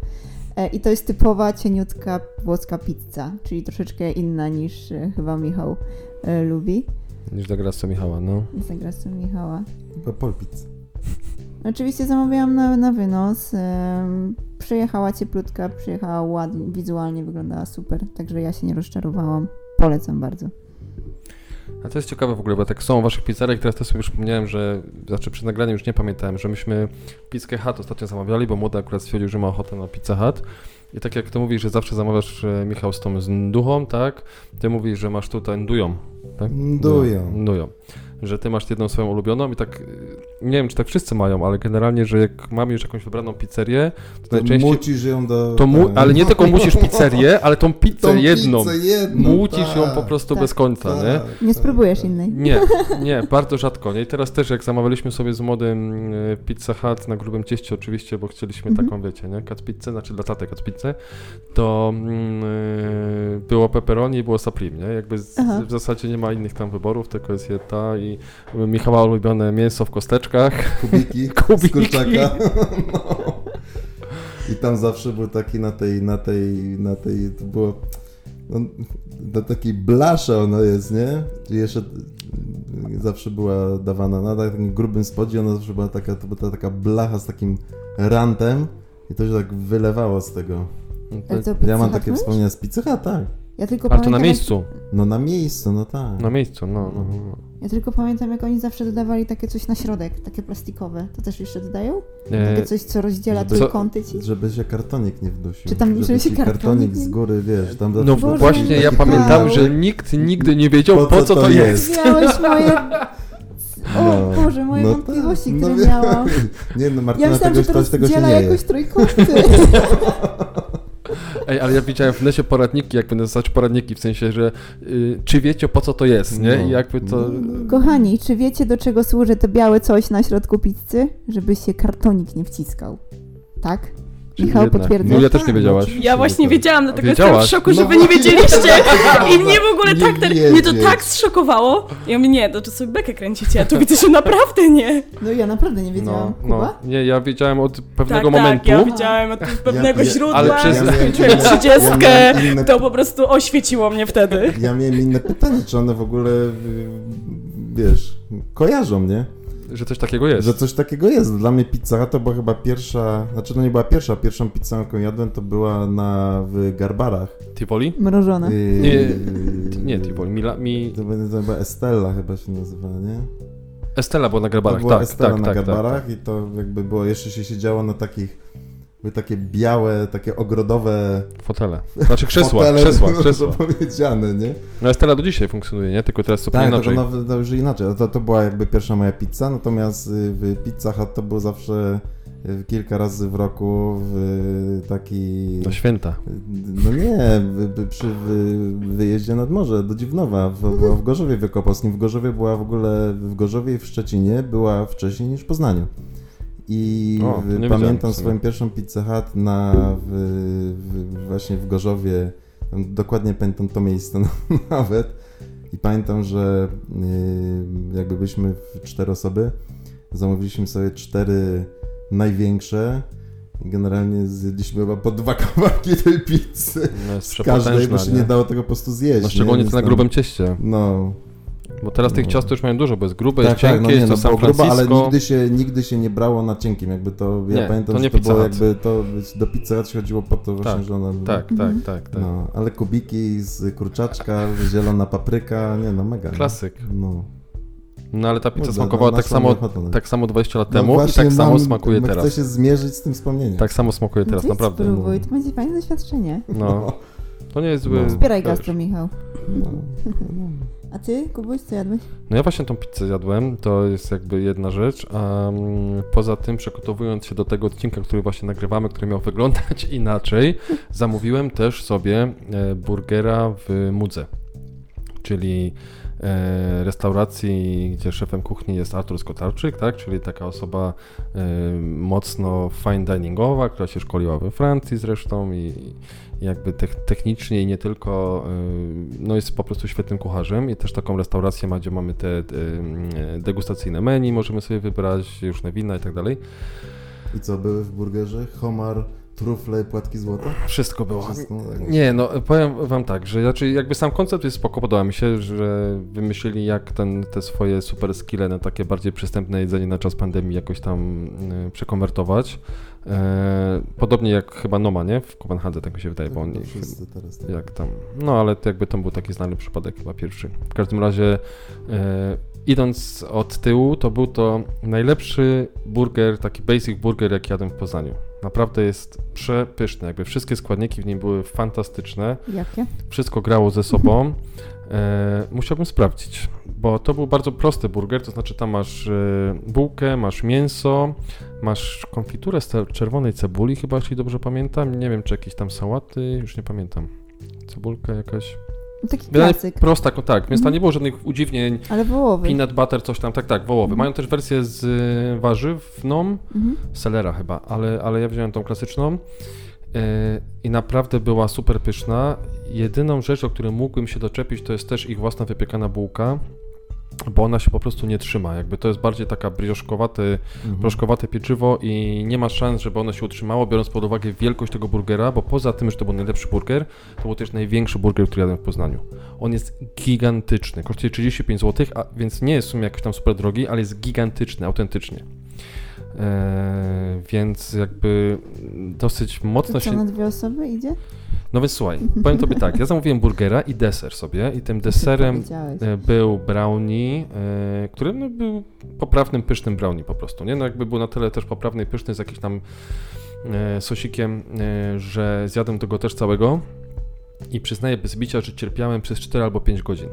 [SPEAKER 3] E, I to jest typowa cieniutka włoska pizza, czyli troszeczkę inna niż e, chyba Michał e, lubi.
[SPEAKER 1] Niż do Grasa Michała, no.
[SPEAKER 3] Zagrasu Michała.
[SPEAKER 4] Polpic.
[SPEAKER 3] Oczywiście zamawiałam na, na wynos. em, Przyjechała cieplutka, przyjechała ładnie, wizualnie wyglądała super, także ja się nie rozczarowałam. Polecam bardzo.
[SPEAKER 1] A to jest ciekawe w ogóle, bo tak są waszych pizzerek, teraz to sobie przypomniałem, że, znaczy przed nagraniem już nie pamiętałem, że myśmy pizzkę Hut ostatnio zamawiali, bo młody akurat stwierdził, że ma ochotę na pizzę Hut. I tak jak ty mówisz, że zawsze zamawiasz e, Michał z tą z nduchą, tak? Ty mówisz, że masz tutaj ndują, tak?
[SPEAKER 4] Ndują.
[SPEAKER 1] Ndują. Że ty masz jedną swoją ulubioną i tak, e, nie wiem czy tak wszyscy mają, ale generalnie, że jak mam już jakąś wybraną pizzerię, to,
[SPEAKER 4] To
[SPEAKER 1] najczęściej...
[SPEAKER 4] Mucisz ją do... Tak.
[SPEAKER 1] to mu, ale nie tylko musisz pizzerię, ale tą pizzę
[SPEAKER 4] Tą
[SPEAKER 1] jedną.
[SPEAKER 4] pizzę
[SPEAKER 1] No
[SPEAKER 4] jedną,
[SPEAKER 1] Młócisz ją
[SPEAKER 4] tak,
[SPEAKER 1] po prostu
[SPEAKER 3] Tak.
[SPEAKER 1] bez końca,
[SPEAKER 4] tak,
[SPEAKER 1] nie?
[SPEAKER 3] Nie
[SPEAKER 4] tak,
[SPEAKER 3] spróbujesz
[SPEAKER 4] tak.
[SPEAKER 3] innej.
[SPEAKER 1] Nie, nie, bardzo rzadko. Nie? I teraz też jak zamawialiśmy sobie z młodym y, Pizza Hut na grubym cieście oczywiście, bo chcieliśmy
[SPEAKER 3] Mhm.
[SPEAKER 1] taką, wiecie, nie? Kat pizzę, znaczy dla taty kat pizzę, to mm, y, było pepperoni i było saplim, nie? Jakby z,
[SPEAKER 3] Aha.
[SPEAKER 1] w zasadzie nie ma innych tam wyborów, tylko jest jedna i Michała ulubione mięso w kosteczkach.
[SPEAKER 4] Kubiki,
[SPEAKER 1] Kubiki.
[SPEAKER 4] z kurczaka. No. I tam zawsze był taki na tej, na tej, na tej, to było, no, na takiej blasze ona jest, nie? I jeszcze zawsze była dawana na takim grubym spodzie, ona zawsze była taka, to była taka blacha z takim rantem i to się tak wylewało z tego.
[SPEAKER 3] E, co, Pizza
[SPEAKER 4] Ja mam
[SPEAKER 3] Hut
[SPEAKER 4] takie
[SPEAKER 3] masz?
[SPEAKER 4] wspomnienia z pizzy, Hut, tak.
[SPEAKER 3] Ja tylko
[SPEAKER 1] Ale to na
[SPEAKER 3] pamiętam, jak
[SPEAKER 1] miejscu,
[SPEAKER 4] No na miejscu, no tak.
[SPEAKER 1] na miejscu, no. no, no.
[SPEAKER 3] Ja tylko pamiętam, jak oni zawsze dodawali takie coś na środek, takie plastikowe. To też jeszcze dodają?
[SPEAKER 1] E,
[SPEAKER 3] Takie coś, co rozdziela
[SPEAKER 1] żeby-
[SPEAKER 3] trójkąty ci?
[SPEAKER 4] Żeby się kartonik nie wdusił.
[SPEAKER 3] Czy tam
[SPEAKER 4] żeby
[SPEAKER 3] żeby się
[SPEAKER 4] ci
[SPEAKER 3] kartonik
[SPEAKER 4] kartonik
[SPEAKER 3] nie-
[SPEAKER 4] z góry, wiesz, tam
[SPEAKER 1] No
[SPEAKER 4] zawsze był
[SPEAKER 1] właśnie, ja
[SPEAKER 4] taki
[SPEAKER 1] pamiętam,
[SPEAKER 4] tunel.
[SPEAKER 1] że nikt nigdy nie wiedział, po co, to, jest.
[SPEAKER 3] Miałeś moje... O Boże, moje
[SPEAKER 4] tak.
[SPEAKER 3] wątpliwości, które
[SPEAKER 4] wie-
[SPEAKER 3] miałam.
[SPEAKER 4] Nie no,
[SPEAKER 3] Ja
[SPEAKER 4] Martyna,
[SPEAKER 3] myślałam,
[SPEAKER 4] tego,
[SPEAKER 3] że to
[SPEAKER 4] tego, tego się
[SPEAKER 3] rozdziela
[SPEAKER 4] nie je.
[SPEAKER 3] jakoś trójkąty.
[SPEAKER 1] Ej, ale ja widziałem w necie poradniki, jak będę dostać poradniki, w sensie, że y, czy wiecie po co to jest, nie?
[SPEAKER 4] No.
[SPEAKER 1] I jakby to...
[SPEAKER 3] Kochani, czy wiecie, do czego służy to białe coś na środku pizzy? Żeby się kartonik nie wciskał. Tak?
[SPEAKER 1] Czyli
[SPEAKER 3] Michał
[SPEAKER 1] jednak.
[SPEAKER 3] potwierdza.
[SPEAKER 1] No ja też nie wiedziałaś.
[SPEAKER 4] oczywiście,
[SPEAKER 2] Ja właśnie
[SPEAKER 4] że tak.
[SPEAKER 2] wiedziałam, dlatego jestem w
[SPEAKER 1] Wiedziałaś?
[SPEAKER 2] szoku,
[SPEAKER 4] No
[SPEAKER 2] że wy nie
[SPEAKER 4] właśnie. No
[SPEAKER 2] wiedzieliście. I mnie w ogóle
[SPEAKER 4] Nie
[SPEAKER 2] tak, ter- mnie to
[SPEAKER 4] wiedzieć.
[SPEAKER 2] tak zszokowało. Ja mówię, nie, to, to sobie bekę kręcicie, a tu widzę, że naprawdę nie.
[SPEAKER 3] No ja naprawdę nie wiedziałam.
[SPEAKER 1] No,
[SPEAKER 4] No,
[SPEAKER 3] Kuba?
[SPEAKER 1] Nie, ja wiedziałem od pewnego
[SPEAKER 2] tak,
[SPEAKER 1] momentu.
[SPEAKER 2] tak, ja widziałem od pewnego
[SPEAKER 4] ja-
[SPEAKER 2] źródła.
[SPEAKER 1] ale przez-
[SPEAKER 4] miałem
[SPEAKER 2] Skończyłem
[SPEAKER 4] inne-
[SPEAKER 2] trzydziestkę,
[SPEAKER 4] ja miałem inne-
[SPEAKER 2] to po prostu oświeciło mnie wtedy.
[SPEAKER 4] Ja miałem inne pytanie, czy one w ogóle, y, wiesz, kojarzą mnie,
[SPEAKER 1] Że coś takiego jest.
[SPEAKER 4] że coś takiego jest. Dla mnie pizza to była chyba pierwsza, znaczy to nie była pierwsza, pierwszą pizzą, jaką jadłem, to była na, w Garbarach.
[SPEAKER 1] Tivoli?
[SPEAKER 3] Mrożona.
[SPEAKER 4] Y,
[SPEAKER 1] Nie, Nie, Tivoli, Mila, mi...
[SPEAKER 4] To będzie to chyba Estella chyba się nazywa, nie?
[SPEAKER 1] Estela była na grabarach,
[SPEAKER 4] To była
[SPEAKER 1] tak,
[SPEAKER 4] Estela
[SPEAKER 1] tak,
[SPEAKER 4] na
[SPEAKER 1] tak, tak,
[SPEAKER 4] Garbarach
[SPEAKER 1] tak.
[SPEAKER 4] i to jakby było, jeszcze się siedziało na takich, były takie białe, takie ogrodowe
[SPEAKER 1] Fotele. Znaczy krzesła,
[SPEAKER 4] fotele,
[SPEAKER 1] krzesła,
[SPEAKER 4] było
[SPEAKER 1] krzesła.
[SPEAKER 4] powiedziane, nie?
[SPEAKER 1] No Estela do dzisiaj funkcjonuje, nie? Tylko teraz zupełnie
[SPEAKER 4] Tak, to,
[SPEAKER 1] inaczej.
[SPEAKER 4] to, to już inaczej. To, to była jakby pierwsza moja pizza, natomiast y, w Pizza Hut to był zawsze y, kilka razy w roku w taki...
[SPEAKER 1] Na święta.
[SPEAKER 4] No nie, wy- wy- przy wy- wyjeździe nad morze do Dziwnowa, w, była w Gorzowie Wielkopolskim. W Gorzowie była w ogóle, w Gorzowie i w Szczecinie była wcześniej niż w Poznaniu. I
[SPEAKER 1] O, to nie
[SPEAKER 4] w-
[SPEAKER 1] wiedziałem
[SPEAKER 4] pamiętam
[SPEAKER 1] w sumie.
[SPEAKER 4] swoją pierwszą pizzę Hut na, w, w, właśnie w Gorzowie, tam dokładnie pamiętam to miejsce nawet. I pamiętam, że y, jakby byliśmy w cztery osoby, zamówiliśmy sobie cztery największe. Generalnie zjedliśmy chyba po dwa kawałki tej pizzy.
[SPEAKER 1] No jest
[SPEAKER 4] Każdej,
[SPEAKER 1] przepotężna,
[SPEAKER 4] bo się nie dało tego po prostu zjeść.
[SPEAKER 1] No
[SPEAKER 4] nie?
[SPEAKER 1] szczególnie
[SPEAKER 4] Więc
[SPEAKER 1] to na
[SPEAKER 4] tam-
[SPEAKER 1] grubym cieście,
[SPEAKER 4] No,
[SPEAKER 1] bo teraz tych
[SPEAKER 4] No. Tak,
[SPEAKER 1] ciast już mają dużo, bo jest grube, jest cienkie, jest to San
[SPEAKER 4] było grubo,
[SPEAKER 1] Francisco.
[SPEAKER 4] no, ale nigdy się, nigdy się nie brało na cienkim, jakby to, ja
[SPEAKER 1] Nie,
[SPEAKER 4] pamiętam,
[SPEAKER 1] to nie
[SPEAKER 4] że to
[SPEAKER 1] Pizza
[SPEAKER 4] było
[SPEAKER 1] Hut.
[SPEAKER 4] jakby, to do pizzy Hut się chodziło po to właśnie,
[SPEAKER 1] Tak,
[SPEAKER 4] że ona...
[SPEAKER 1] Tak,
[SPEAKER 3] Mhm.
[SPEAKER 1] tak, tak, tak.
[SPEAKER 4] No, ale kubiki z kurczaczka, zielona papryka, nie no, mega.
[SPEAKER 1] Klasyk.
[SPEAKER 4] No.
[SPEAKER 1] No ale ta pizza
[SPEAKER 4] Kurde,
[SPEAKER 1] smakowała
[SPEAKER 4] na-
[SPEAKER 1] tak
[SPEAKER 4] naszła
[SPEAKER 1] samo,
[SPEAKER 4] mnie ochota, no.
[SPEAKER 1] tak samo 20 lat
[SPEAKER 4] No
[SPEAKER 1] temu i
[SPEAKER 4] właśnie
[SPEAKER 1] tak samo
[SPEAKER 4] mam-
[SPEAKER 1] smakuje
[SPEAKER 4] no
[SPEAKER 1] teraz.
[SPEAKER 4] Chcę się zmierzyć z tym wspomnieniem.
[SPEAKER 1] Tak samo smakuje teraz,
[SPEAKER 3] Ty
[SPEAKER 1] naprawdę.
[SPEAKER 3] Spróbuj, No to będzie fajne doświadczenie.
[SPEAKER 1] No. To nie jest zły.
[SPEAKER 4] No.
[SPEAKER 3] Wspieraj
[SPEAKER 1] wiesz.
[SPEAKER 3] gastro, Michał.
[SPEAKER 4] No, no.
[SPEAKER 3] A ty, Kubuś, co jadłeś?
[SPEAKER 1] No ja właśnie tą pizzę zjadłem, to jest jakby jedna rzecz, a mm, poza tym przygotowując się do tego odcinka, który właśnie nagrywamy, który miał wyglądać inaczej, zamówiłem też sobie e, burgera w Mudze, czyli e, restauracji, gdzie szefem kuchni jest Artur Skotarczyk, tak? czyli taka osoba e, mocno fine diningowa, która się szkoliła we Francji zresztą i, jakby tech, technicznie i nie tylko, y, no jest po prostu świetnym kucharzem i też taką restaurację ma, gdzie mamy te y, degustacyjne menu, możemy sobie wybrać różne wina i tak dalej.
[SPEAKER 4] I co, były w burgerze? Homar, trufle i płatki złota?
[SPEAKER 1] Wszystko było.
[SPEAKER 4] Wszystko, tak.
[SPEAKER 1] Nie, no powiem wam tak, że znaczy jakby sam koncept jest spoko, podoba mi się, że wymyślili jak ten, te swoje super skille na takie bardziej przystępne jedzenie na czas pandemii jakoś tam y, przekonwertować. E, podobnie jak chyba Noma, nie? W Kopenhadze, tak mi się wydaje, bo
[SPEAKER 4] Tak,
[SPEAKER 1] oni
[SPEAKER 4] to wszyscy teraz. tak.
[SPEAKER 1] jak tam. No ale to jakby to był taki znany przypadek chyba pierwszy. W każdym razie e, idąc od tyłu, to był to najlepszy burger, taki basic burger, jaki jadłem w Poznaniu. Naprawdę jest przepyszny, jakby wszystkie składniki w nim były fantastyczne,
[SPEAKER 3] Jakie?
[SPEAKER 1] wszystko grało ze sobą. E, musiałbym sprawdzić, bo to był bardzo prosty burger, to znaczy tam masz e, bułkę, masz mięso, masz konfiturę z te- czerwonej cebuli chyba, jeśli dobrze pamiętam, nie wiem czy jakieś tam sałaty, już nie pamiętam. Cebulka jakaś.
[SPEAKER 3] No, Taki
[SPEAKER 1] Generalnie
[SPEAKER 3] klasyk,
[SPEAKER 1] Prosta, ko- tak, więc tam
[SPEAKER 3] Mhm.
[SPEAKER 1] nie było żadnych udziwnień,
[SPEAKER 3] ale wołowy.
[SPEAKER 1] peanut butter, coś tam, tak, tak, wołowy.
[SPEAKER 3] Mhm.
[SPEAKER 1] Mają też wersję z y, warzywną,
[SPEAKER 3] Mhm.
[SPEAKER 1] selera chyba, ale, ale ja wziąłem tą klasyczną yy, i naprawdę była super pyszna. Jedyną rzecz, o której mógłbym się doczepić, to jest też ich własna wypiekana bułka, bo ona się po prostu nie trzyma. Jakby to jest bardziej taka brioszkowaty,
[SPEAKER 4] Mhm.
[SPEAKER 1] proszkowate pieczywo i nie ma szans, żeby ono się utrzymało, biorąc pod uwagę wielkość tego burgera, bo poza tym, że to był najlepszy burger, to był też największy burger, który jadłem w Poznaniu. On jest gigantyczny, kosztuje 35 zł, a więc nie jest w sumie jakoś tam super drogi, ale jest gigantyczny, autentycznie. Eee, więc jakby dosyć mocno
[SPEAKER 3] To co,
[SPEAKER 1] się...
[SPEAKER 3] na dwie osoby idzie?
[SPEAKER 1] No więc słuchaj, powiem tobie tak, ja zamówiłem burgera i deser sobie i tym deserem
[SPEAKER 3] Powiedziałeś.
[SPEAKER 1] E, Był brownie, e, który no, był poprawnym, pysznym brownie po prostu, nie? No jakby był na tyle też poprawny i pyszny z jakimś tam e, sosikiem, e, że zjadłem tego też całego i przyznaję bez bicia, że cierpiałem przez 4 albo 5 godzin.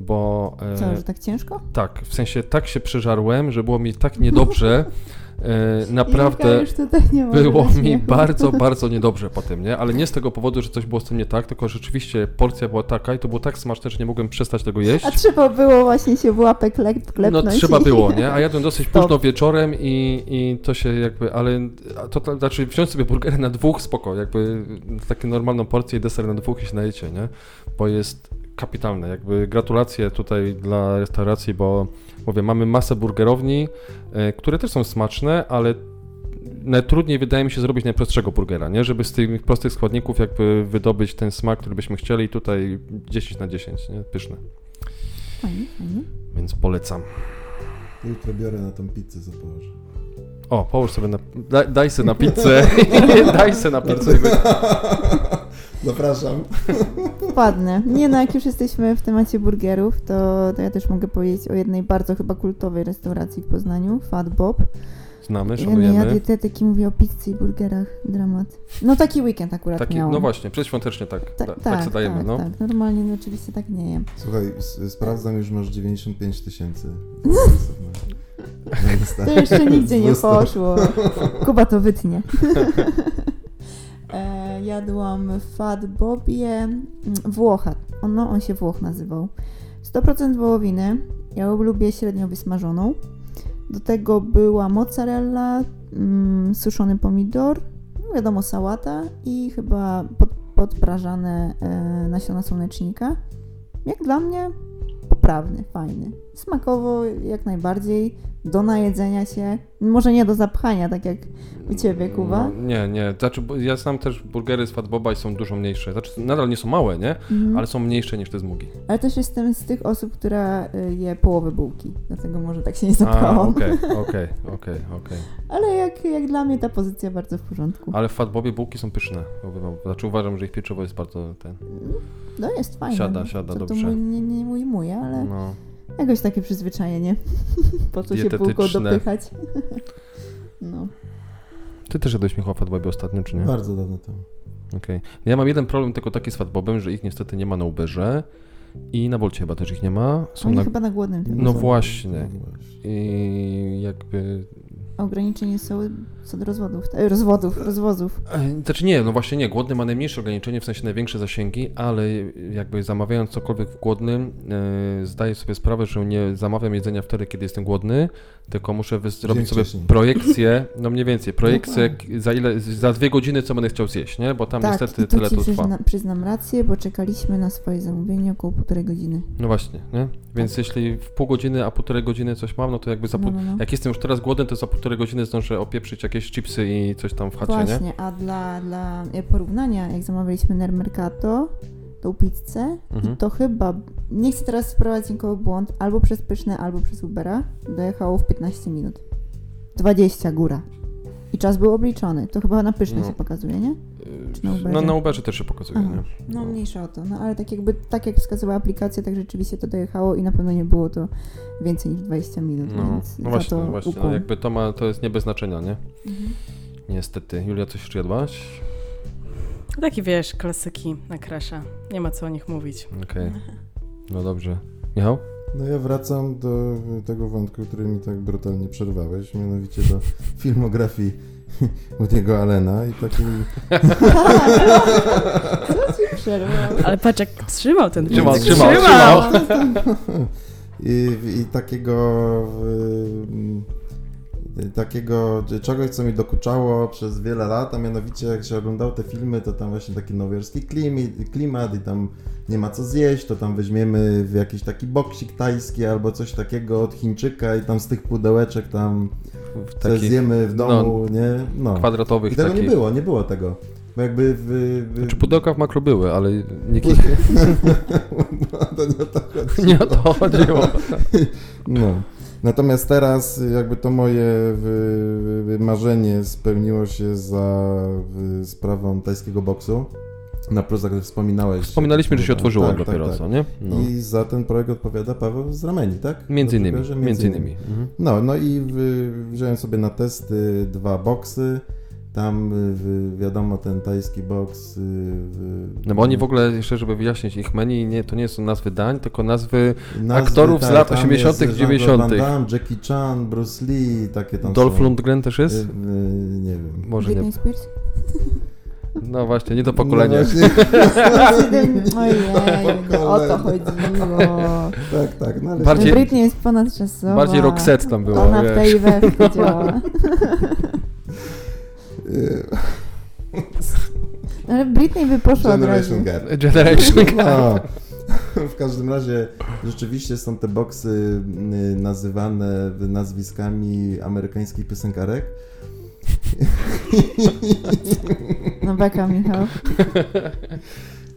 [SPEAKER 1] Bo e,
[SPEAKER 3] Co, że tak ciężko?
[SPEAKER 1] tak, w sensie tak się przeżarłem, że było mi tak niedobrze, e, naprawdę...
[SPEAKER 3] Julka już tutaj nie może
[SPEAKER 1] Było
[SPEAKER 3] bez
[SPEAKER 1] mi
[SPEAKER 3] śmiechu.
[SPEAKER 1] bardzo, bardzo niedobrze po tym, nie? Ale nie z tego powodu, że coś było z tym nie tak, tylko rzeczywiście porcja była taka i to było tak smaczne, że nie mogłem przestać tego jeść.
[SPEAKER 3] A trzeba było właśnie się w łapę klep,
[SPEAKER 1] No
[SPEAKER 3] klepnąć.
[SPEAKER 1] trzeba
[SPEAKER 3] i-
[SPEAKER 1] było, nie? A jadłem dosyć
[SPEAKER 3] Stop.
[SPEAKER 1] późno wieczorem i, i to się jakby, ale a to, to znaczy wziąć sobie burgery na dwóch, spoko, jakby takie normalną porcję i deser na dwóch i się najecie, nie? Bo jest kapitalne, jakby gratulacje tutaj dla restauracji, bo mówię, mamy masę burgerowni, e, które też są smaczne, ale najtrudniej wydaje mi się zrobić najprostszego burgera, nie? Żeby z tych prostych składników jakby wydobyć ten smak, który byśmy chcieli tutaj 10 na 10, nie? Pyszne.
[SPEAKER 3] Fajnie, fajnie.
[SPEAKER 1] Więc polecam.
[SPEAKER 4] Jutro biorę na tą pizzę, co położę.
[SPEAKER 1] O, połóż sobie na. Daj, daj se na pizzę. daj se na pizzę.
[SPEAKER 4] Zapraszam.
[SPEAKER 3] Ładne. Nie no, jak już jesteśmy w temacie burgerów, to, to ja też mogę powiedzieć o jednej bardzo chyba kultowej restauracji w Poznaniu, Fat Bob.
[SPEAKER 1] Znamy,
[SPEAKER 3] Jeden ja
[SPEAKER 1] szanujemy.
[SPEAKER 3] dietetyki mówi o pizzy i burgerach. Dramat. No taki weekend akurat
[SPEAKER 1] Taki,
[SPEAKER 3] miałam.
[SPEAKER 1] no właśnie, przedświątecznie tak,
[SPEAKER 3] Ta-
[SPEAKER 1] tak, tak, tak sobie dajemy,
[SPEAKER 3] tak,
[SPEAKER 1] no.
[SPEAKER 3] tak. Normalnie no, oczywiście tak nie jem.
[SPEAKER 4] Słuchaj, s- sprawdzam, już masz 95 tysięcy.
[SPEAKER 3] To jeszcze nigdzie nie poszło. Kuba to wytnie. E, Jadłam w Fat Bobie mm, Włocha. On, no, on się Włoch nazywał. 100% wołowiny. Ja lubię średnio wysmażoną. Do tego była mozzarella, mm, suszony pomidor, no wiadomo sałata i chyba pod, podprażane e, nasiona słonecznika. Jak dla mnie poprawny, fajny. Smakowo jak najbardziej, do najedzenia się, może nie do zapchania, tak jak u Ciebie, Kuba.
[SPEAKER 1] No, nie, nie. Znaczy, bo ja znam też burgery z Fat Boba i są dużo mniejsze. Znaczy, nadal nie są małe, nie?
[SPEAKER 3] Mhm.
[SPEAKER 1] Ale są mniejsze niż te z Mugi.
[SPEAKER 3] Ale też jestem z tych osób, która y, je połowę bułki, dlatego może tak się nie
[SPEAKER 1] A,
[SPEAKER 3] zapchałam.
[SPEAKER 1] Okej, okej, okej, okej.
[SPEAKER 3] Ale jak, jak dla mnie ta pozycja bardzo w porządku.
[SPEAKER 1] Ale w Fat Bobie bułki są pyszne. Powiem wam. Znaczy, uważam, że ich pieczywo jest bardzo ten...
[SPEAKER 3] No jest fajne.
[SPEAKER 1] Siada,
[SPEAKER 3] no.
[SPEAKER 1] siada,
[SPEAKER 3] to,
[SPEAKER 1] dobrze.
[SPEAKER 3] To mój, nie, nie mój mój, ale
[SPEAKER 1] No.
[SPEAKER 3] jakoś takie przyzwyczajenie. Po co się bułką
[SPEAKER 1] Dietetyczne.
[SPEAKER 3] dopychać. no.
[SPEAKER 1] Ty też jadłeś Michał Fat Bobie ostatnio, czy nie?
[SPEAKER 4] Bardzo dawno temu.
[SPEAKER 1] Okej. Ja mam jeden problem tylko taki z Fatbobem, że ich niestety nie ma na Uberze i na Bolcie chyba też ich nie ma. Są
[SPEAKER 3] Oni
[SPEAKER 1] na...
[SPEAKER 3] chyba na głodnym tym
[SPEAKER 1] No
[SPEAKER 3] są.
[SPEAKER 1] właśnie. I jakby...
[SPEAKER 3] Ograniczenie są co do rozwodów. E, rozwodów, rozwozów.
[SPEAKER 1] e, Znaczy nie, no właśnie nie, głodny ma najmniejsze ograniczenie, w sensie największe zasięgi, ale jakby zamawiając cokolwiek w głodnym, e, zdaję sobie sprawę, że nie zamawiam jedzenia wtedy, kiedy jestem głodny, tylko muszę wy- zrobić sobie
[SPEAKER 4] wcześniej.
[SPEAKER 1] projekcję, no mniej więcej, projekcję k- za ile, za dwie godziny, co będę chciał zjeść, nie? Bo tam
[SPEAKER 3] tak,
[SPEAKER 1] niestety
[SPEAKER 3] i tu
[SPEAKER 1] tyle
[SPEAKER 3] ci
[SPEAKER 1] to trwa.
[SPEAKER 3] przyzna, przyznam rację, bo czekaliśmy na swoje zamówienie około półtorej godziny.
[SPEAKER 1] No właśnie, nie? Więc jeśli w pół godziny, a półtorej godziny coś mam, no to jakby za pół...
[SPEAKER 3] Tak. No, no, no.
[SPEAKER 1] Jak jestem już teraz głodny, to za półtorej godziny zdążę opieprzyć jakieś chipsy i coś tam w chacie, nie?
[SPEAKER 3] Właśnie, a dla, dla e, porównania, jak zamawialiśmy Ner Mercato, tą pizzę,
[SPEAKER 1] Mhm.
[SPEAKER 3] i to chyba, nie chcę teraz wprowadzić nikogo w błąd, albo przez Pyszne, albo przez Ubera, dojechało w 15 minut. 20 góra. I czas był obliczony. To chyba na Pyszne
[SPEAKER 1] No.
[SPEAKER 3] się pokazuje, nie? Czy na
[SPEAKER 1] Yy,
[SPEAKER 3] Uberze?
[SPEAKER 1] No na Uberze też się pokazuje,
[SPEAKER 3] Aha.
[SPEAKER 1] nie?
[SPEAKER 3] No mniejsza o to, no ale tak jakby, tak jak wskazywała aplikacja, tak rzeczywiście to dojechało i na pewno nie było to więcej niż 20 minut,
[SPEAKER 1] No,
[SPEAKER 3] więc
[SPEAKER 1] no
[SPEAKER 3] za
[SPEAKER 1] właśnie,
[SPEAKER 3] to
[SPEAKER 1] no właśnie,
[SPEAKER 3] ukłon.
[SPEAKER 1] no jakby to ma, to jest nie bez znaczenia, nie?
[SPEAKER 3] Mhm.
[SPEAKER 1] Niestety. Julia, coś jeszcze jadłaś?
[SPEAKER 2] Taki wiesz, klasyki na krasza. Nie ma co o nich mówić.
[SPEAKER 1] Okej. No dobrze. Michał?
[SPEAKER 4] No ja wracam do tego wątku, który mi tak brutalnie przerwałeś, mianowicie do filmografii Woody'ego Allena i takiej
[SPEAKER 3] Co ci przerwał?
[SPEAKER 2] Ale patrz, jak trzymał ten
[SPEAKER 1] Trzymał,
[SPEAKER 2] pomysł.
[SPEAKER 1] trzymał, trzymał.
[SPEAKER 4] I, i takiego ym, y, takiego czegoś, co mi dokuczało przez wiele lat, a mianowicie jak się oglądał te filmy, to tam właśnie taki nowojorski klimat, klimat i tam nie ma co zjeść, to tam weźmiemy w jakiś taki boksik tajski albo coś takiego od Chińczyka i tam z tych pudełeczek tam
[SPEAKER 1] W
[SPEAKER 4] co
[SPEAKER 1] takich
[SPEAKER 4] zjemy w domu, nie? No. I
[SPEAKER 1] kwadratowych
[SPEAKER 4] tego
[SPEAKER 1] takich...
[SPEAKER 4] nie było, nie było tego. Bo jakby w... w
[SPEAKER 1] Znaczy pudełka w makro były, ale nikt
[SPEAKER 4] No, to nie o to chodzi.
[SPEAKER 1] nie o to chodziło.
[SPEAKER 4] No. Natomiast teraz y, jakby to moje wy- wy- marzenie spełniło się za y, sprawą tajskiego boksu. Na plus, tak jak wspominałeś.
[SPEAKER 1] Wspominaliśmy, że się
[SPEAKER 4] Tak,
[SPEAKER 1] otworzyło
[SPEAKER 4] tak,
[SPEAKER 1] dopiero
[SPEAKER 4] tak, tak.
[SPEAKER 1] co, nie? No.
[SPEAKER 4] I za ten projekt odpowiada Paweł z Rameni, tak?
[SPEAKER 1] Między
[SPEAKER 4] Dobrze
[SPEAKER 1] innymi,
[SPEAKER 4] kojarzę?
[SPEAKER 1] między innymi. Mhm.
[SPEAKER 4] No, no i wy- wziąłem sobie na testy dwa boksy. Tam y, wy- wiadomo, ten tajski boks. y, w-
[SPEAKER 1] No bo oni w ogóle, jeszcze żeby wyjaśnić, ich menu nie, to nie są nazwy dań, tylko nazwy
[SPEAKER 4] nazwy,
[SPEAKER 1] aktorów z lat
[SPEAKER 4] tam
[SPEAKER 1] 80.,
[SPEAKER 4] jest Jean-Claude Van
[SPEAKER 1] 90..
[SPEAKER 4] Damme, Jackie Chan, Bruce Lee, takie tam
[SPEAKER 1] Dolph
[SPEAKER 4] są.
[SPEAKER 1] Lundgren też
[SPEAKER 4] Y,
[SPEAKER 1] jest?
[SPEAKER 4] y, nie wiem.
[SPEAKER 1] Może nie.
[SPEAKER 3] Britney Spears?
[SPEAKER 1] No właśnie, nie to pokolenie.
[SPEAKER 4] No właśnie,
[SPEAKER 3] Ojej, no o to chodziło.
[SPEAKER 4] tak, tak. No ale
[SPEAKER 1] Bardziej-
[SPEAKER 3] Britney jest ponadczasowa.
[SPEAKER 1] Bardziej Roxette tam było.
[SPEAKER 3] Ona w
[SPEAKER 1] wiesz.
[SPEAKER 3] tej we wchodziła.
[SPEAKER 4] y,
[SPEAKER 3] No, Ale Britney by poszła od razu.
[SPEAKER 4] Generation Gap.
[SPEAKER 1] Generation Gap.
[SPEAKER 4] No. W każdym razie rzeczywiście są te boksy y, nazywane nazwiskami amerykańskich piosenkarek.
[SPEAKER 3] No beka, Michał.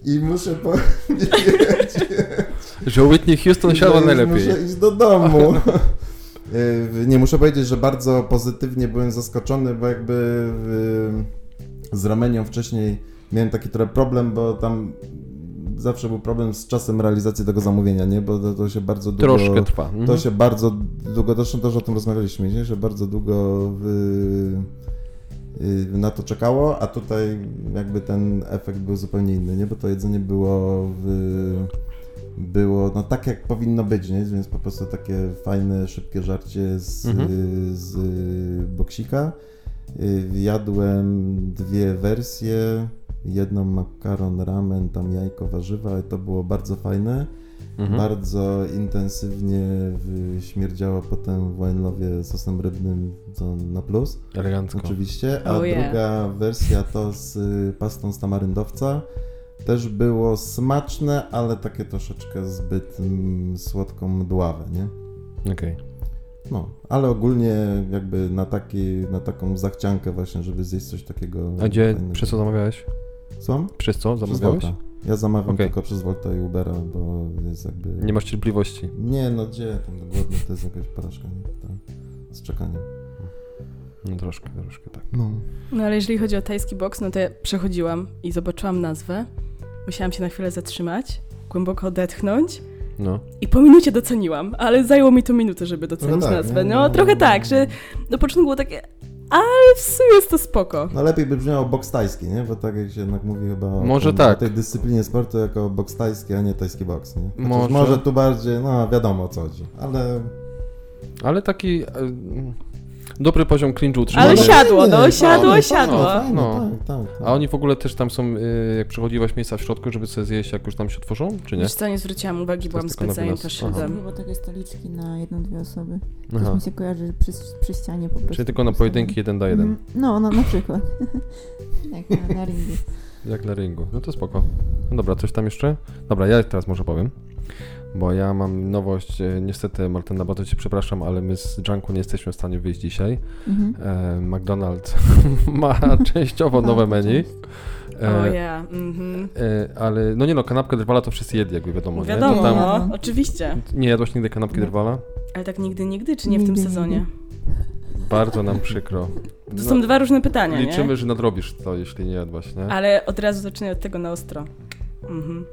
[SPEAKER 4] I muszę powiedzieć,
[SPEAKER 1] Że Whitney Houston siadła
[SPEAKER 4] że już
[SPEAKER 1] najlepiej.
[SPEAKER 4] No Muszę iść do domu. Y, Nie muszę powiedzieć, że bardzo pozytywnie byłem zaskoczony, bo jakby y, z Ramenią wcześniej miałem taki trochę problem, bo tam zawsze był problem z czasem realizacji tego zamówienia, nie? Bo to, to się bardzo długo...
[SPEAKER 1] Troszkę trwa. Mhm.
[SPEAKER 4] No. To się bardzo długo, zresztą też o tym rozmawialiśmy, nie? że bardzo długo y, y, na to czekało, a tutaj jakby ten efekt był zupełnie inny, nie? bo to jedzenie było w, było no, tak, jak powinno być, nie? więc po prostu takie fajne, szybkie żarcie z,
[SPEAKER 1] Mhm.
[SPEAKER 4] y, z y, boksika. Y, Jadłem dwie wersje, jedną makaron, ramen, tam jajko, warzywa, i to było bardzo fajne.
[SPEAKER 1] Mhm.
[SPEAKER 4] Bardzo intensywnie w- śmierdziała potem w Winelowie sosem rybnym, co na plus
[SPEAKER 1] Elegancko.
[SPEAKER 4] oczywiście, a
[SPEAKER 2] Oh yeah.
[SPEAKER 4] druga wersja to z y, pastą z tamaryndowca. Też było smaczne, ale takie troszeczkę zbyt mm, słodką mdławe, nie?
[SPEAKER 1] Okej.
[SPEAKER 4] No, ale ogólnie jakby na, taki, na taką zachciankę właśnie, żeby zjeść coś takiego.
[SPEAKER 1] A gdzie,
[SPEAKER 4] fajnego.
[SPEAKER 1] przez co zamawiałeś?
[SPEAKER 4] Słucham?
[SPEAKER 1] Przez co
[SPEAKER 4] Przez
[SPEAKER 1] zamawiałeś?
[SPEAKER 4] Wolta. Ja zamawiam
[SPEAKER 1] Okej.
[SPEAKER 4] tylko przez Volta i Ubera, bo jest jakby...
[SPEAKER 1] Nie masz cierpliwości.
[SPEAKER 4] Nie, no gdzie tam głodny, to jest jakaś porażka, nie? Tam, z czekaniem.
[SPEAKER 1] No troszkę, troszkę tak.
[SPEAKER 4] No.
[SPEAKER 2] No ale jeżeli chodzi o tajski boks, no to ja przechodziłam i zobaczyłam nazwę. Musiałam się na chwilę zatrzymać, głęboko odetchnąć
[SPEAKER 1] No.
[SPEAKER 2] i po minucie doceniłam, ale zajęło mi to minutę, żeby docenić
[SPEAKER 4] tak,
[SPEAKER 2] nazwę.
[SPEAKER 4] nie?
[SPEAKER 2] No,
[SPEAKER 4] No.
[SPEAKER 2] trochę tak, że na początku było takie, ale w sumie jest to spoko.
[SPEAKER 4] No lepiej by brzmiało boks tajski, nie? Bo tak jak się jednak mówi chyba o
[SPEAKER 1] Może
[SPEAKER 4] tym-
[SPEAKER 1] tak.
[SPEAKER 4] o tej dyscyplinie sportu jako boks tajski, a nie tajski boks, nie? Chociaż
[SPEAKER 1] Może.
[SPEAKER 4] może. tu bardziej, no wiadomo o co chodzi, ale...
[SPEAKER 1] Ale taki e, dobry poziom cringe utrzymany.
[SPEAKER 2] Ale
[SPEAKER 4] no,
[SPEAKER 2] siadło,
[SPEAKER 4] fajnie,
[SPEAKER 2] no, siadło,
[SPEAKER 4] fajnie,
[SPEAKER 2] siadło.
[SPEAKER 4] Fajnie,
[SPEAKER 1] No.
[SPEAKER 4] fajnie, tak, tak, tak.
[SPEAKER 1] A oni w ogóle też tam są, y, jak przechodziłaś miejsca w środku, żeby sobie zjeść, jak już tam się otworzą, czy nie?
[SPEAKER 2] Wiesz co, nie zwróciłam uwagi,
[SPEAKER 1] To
[SPEAKER 2] byłam
[SPEAKER 1] jest tylko na
[SPEAKER 2] specjalnie
[SPEAKER 1] wynos.
[SPEAKER 2] to
[SPEAKER 1] Aha.
[SPEAKER 2] szybem.
[SPEAKER 3] Było takie stoliczki na jedną, dwie osoby. To
[SPEAKER 1] Aha.
[SPEAKER 3] mi się kojarzy że przy, przy ścianie po prostu.
[SPEAKER 1] Czyli tylko na pojedynki jeden na jeden,
[SPEAKER 3] Mhm. No, no, na przykład. Jak Tak, na, na ringu.
[SPEAKER 1] jak na ringu. No to spoko. No dobra, coś tam jeszcze? Dobra, ja teraz może powiem. Bo ja mam nowość, e, niestety Martyna, bardzo cię przepraszam, ale my z Junku nie jesteśmy w stanie wyjść dzisiaj.
[SPEAKER 3] Mhm.
[SPEAKER 1] E, McDonald's ma częściowo nowe
[SPEAKER 3] Tak,
[SPEAKER 1] menu.
[SPEAKER 2] O
[SPEAKER 1] E,
[SPEAKER 2] ja, mhm.
[SPEAKER 1] e, ale no nie no, kanapkę drwala to wszyscy jedli, jakby wiadomo.
[SPEAKER 2] Wiadomo, no.
[SPEAKER 1] Nie? Tam,
[SPEAKER 3] Wiadomo.
[SPEAKER 2] oczywiście.
[SPEAKER 1] nie jadłaś nigdy kanapki
[SPEAKER 3] Nie.
[SPEAKER 1] drwala?
[SPEAKER 2] Ale tak nigdy, nigdy, czy nie w
[SPEAKER 3] Nigdy,
[SPEAKER 2] tym
[SPEAKER 3] nigdy.
[SPEAKER 2] sezonie?
[SPEAKER 1] Bardzo nam przykro. No,
[SPEAKER 2] To są dwa różne pytania,
[SPEAKER 1] Liczymy,
[SPEAKER 2] nie?
[SPEAKER 1] że nadrobisz to, jeśli nie jadłaś, nie?
[SPEAKER 2] Ale od razu zaczynaj od tego na ostro. Mhm.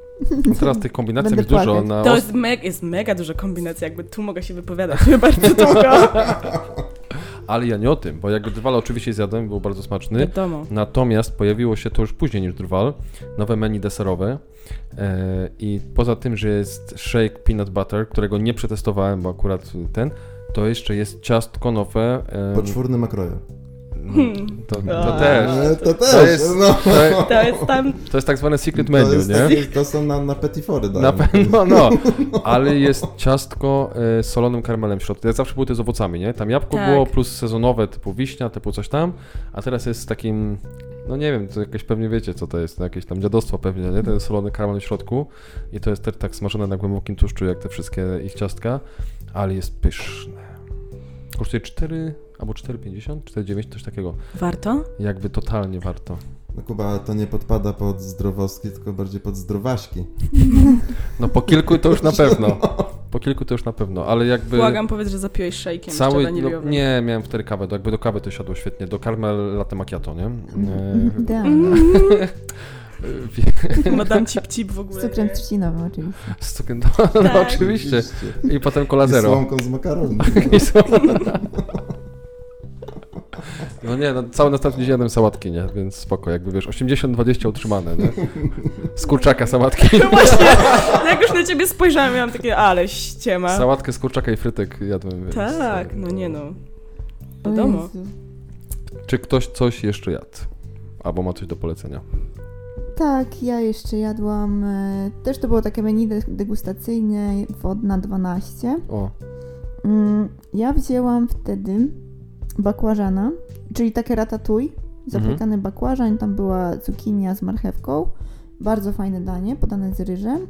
[SPEAKER 1] Teraz tych kombinacji
[SPEAKER 3] Będę
[SPEAKER 1] jest dużo
[SPEAKER 3] płakać.
[SPEAKER 1] na
[SPEAKER 2] To
[SPEAKER 1] os-
[SPEAKER 2] jest, meg- jest mega duża kombinacja, jakby tu mogę się wypowiadać bardzo długo.
[SPEAKER 1] ale ja nie o tym, bo jak drwal oczywiście zjadłem, był bardzo smaczny.
[SPEAKER 2] Wiadomo.
[SPEAKER 1] Natomiast pojawiło się to już później niż drwal, nowe menu deserowe. E, I poza tym, że jest shake peanut butter, którego nie przetestowałem, bo akurat ten, to jeszcze jest ciastko nowe. em,
[SPEAKER 4] Poczwórny makroje.
[SPEAKER 1] mm, to, to
[SPEAKER 2] A.
[SPEAKER 1] też.
[SPEAKER 4] E, To też,
[SPEAKER 1] To jest,
[SPEAKER 4] no.
[SPEAKER 1] to,
[SPEAKER 2] To jest tam...
[SPEAKER 1] to jest tak zwane secret menu,
[SPEAKER 4] to, jest,
[SPEAKER 1] nie?
[SPEAKER 4] takie- to są na, na petifory dają.
[SPEAKER 1] Na pewno, no. Ale jest ciastko e, z solonym karmelem w środku. Ja zawsze były te z owocami, nie? Tam jabłko
[SPEAKER 2] Tak.
[SPEAKER 1] było plus sezonowe typu wiśnia, typu coś tam, a teraz jest z takim, no nie wiem, to jakieś pewnie wiecie co to jest, no jakieś tam dziadostwo pewnie, nie? Ten solony karmel w środku i to jest też tak smażone na głębokim tłuszczu jak te wszystkie ich ciastka, ale jest pyszne. Kosztuje 4 albo 4,50, 4,9, coś takiego.
[SPEAKER 2] Warto?
[SPEAKER 1] Jakby totalnie warto.
[SPEAKER 4] No Kuba, to nie podpada pod zdrowostki, tylko bardziej pod zdrowaśki.
[SPEAKER 1] No po kilku to już na pewno. Po kilku to już na pewno, ale jakby...
[SPEAKER 2] Błagam, powiedz, że zapiłeś szejkiem Cały...
[SPEAKER 1] Cały,
[SPEAKER 2] jeszcze
[SPEAKER 1] no,
[SPEAKER 2] waniliowym.
[SPEAKER 1] nie, miałem wtedy kawę, do, jakby do kawy to siadło świetnie, do karmel latte macchiato, nie?
[SPEAKER 3] Mhm.
[SPEAKER 1] E,
[SPEAKER 3] Idealnie.
[SPEAKER 2] Madame Cip Cip w ogóle.
[SPEAKER 3] Z cukrem trzcinowym oczywiście.
[SPEAKER 1] z cukrem, no, no
[SPEAKER 2] Tak.
[SPEAKER 1] oczywiście. I potem kola
[SPEAKER 4] I
[SPEAKER 1] zero.
[SPEAKER 4] słomką z makaronu.
[SPEAKER 1] I są... No nie, no, cały następny dzień jadłem sałatki, nie? Więc spoko, jakby wiesz, 80-20 utrzymane, nie? Z kurczaka sałatki.
[SPEAKER 2] No właśnie, jak już na ciebie spojrzałam, miałam takie, ale ściema.
[SPEAKER 1] Sałatkę z kurczaka i frytek jadłem, więc... e,
[SPEAKER 2] Tak, no nie no.
[SPEAKER 3] O
[SPEAKER 2] Wiadomo.
[SPEAKER 3] Jezu.
[SPEAKER 1] Czy ktoś coś jeszcze jadł? Albo ma coś do polecenia.
[SPEAKER 3] Tak, ja jeszcze jadłam. e, Też to było takie menu de- degustacyjne wodna 12.
[SPEAKER 1] O,
[SPEAKER 3] Mm, Ja wzięłam wtedy bakłażana, czyli takie ratatouille, zapiekany bakłażan, tam była cukinia z marchewką. Bardzo fajne danie, podane z ryżem.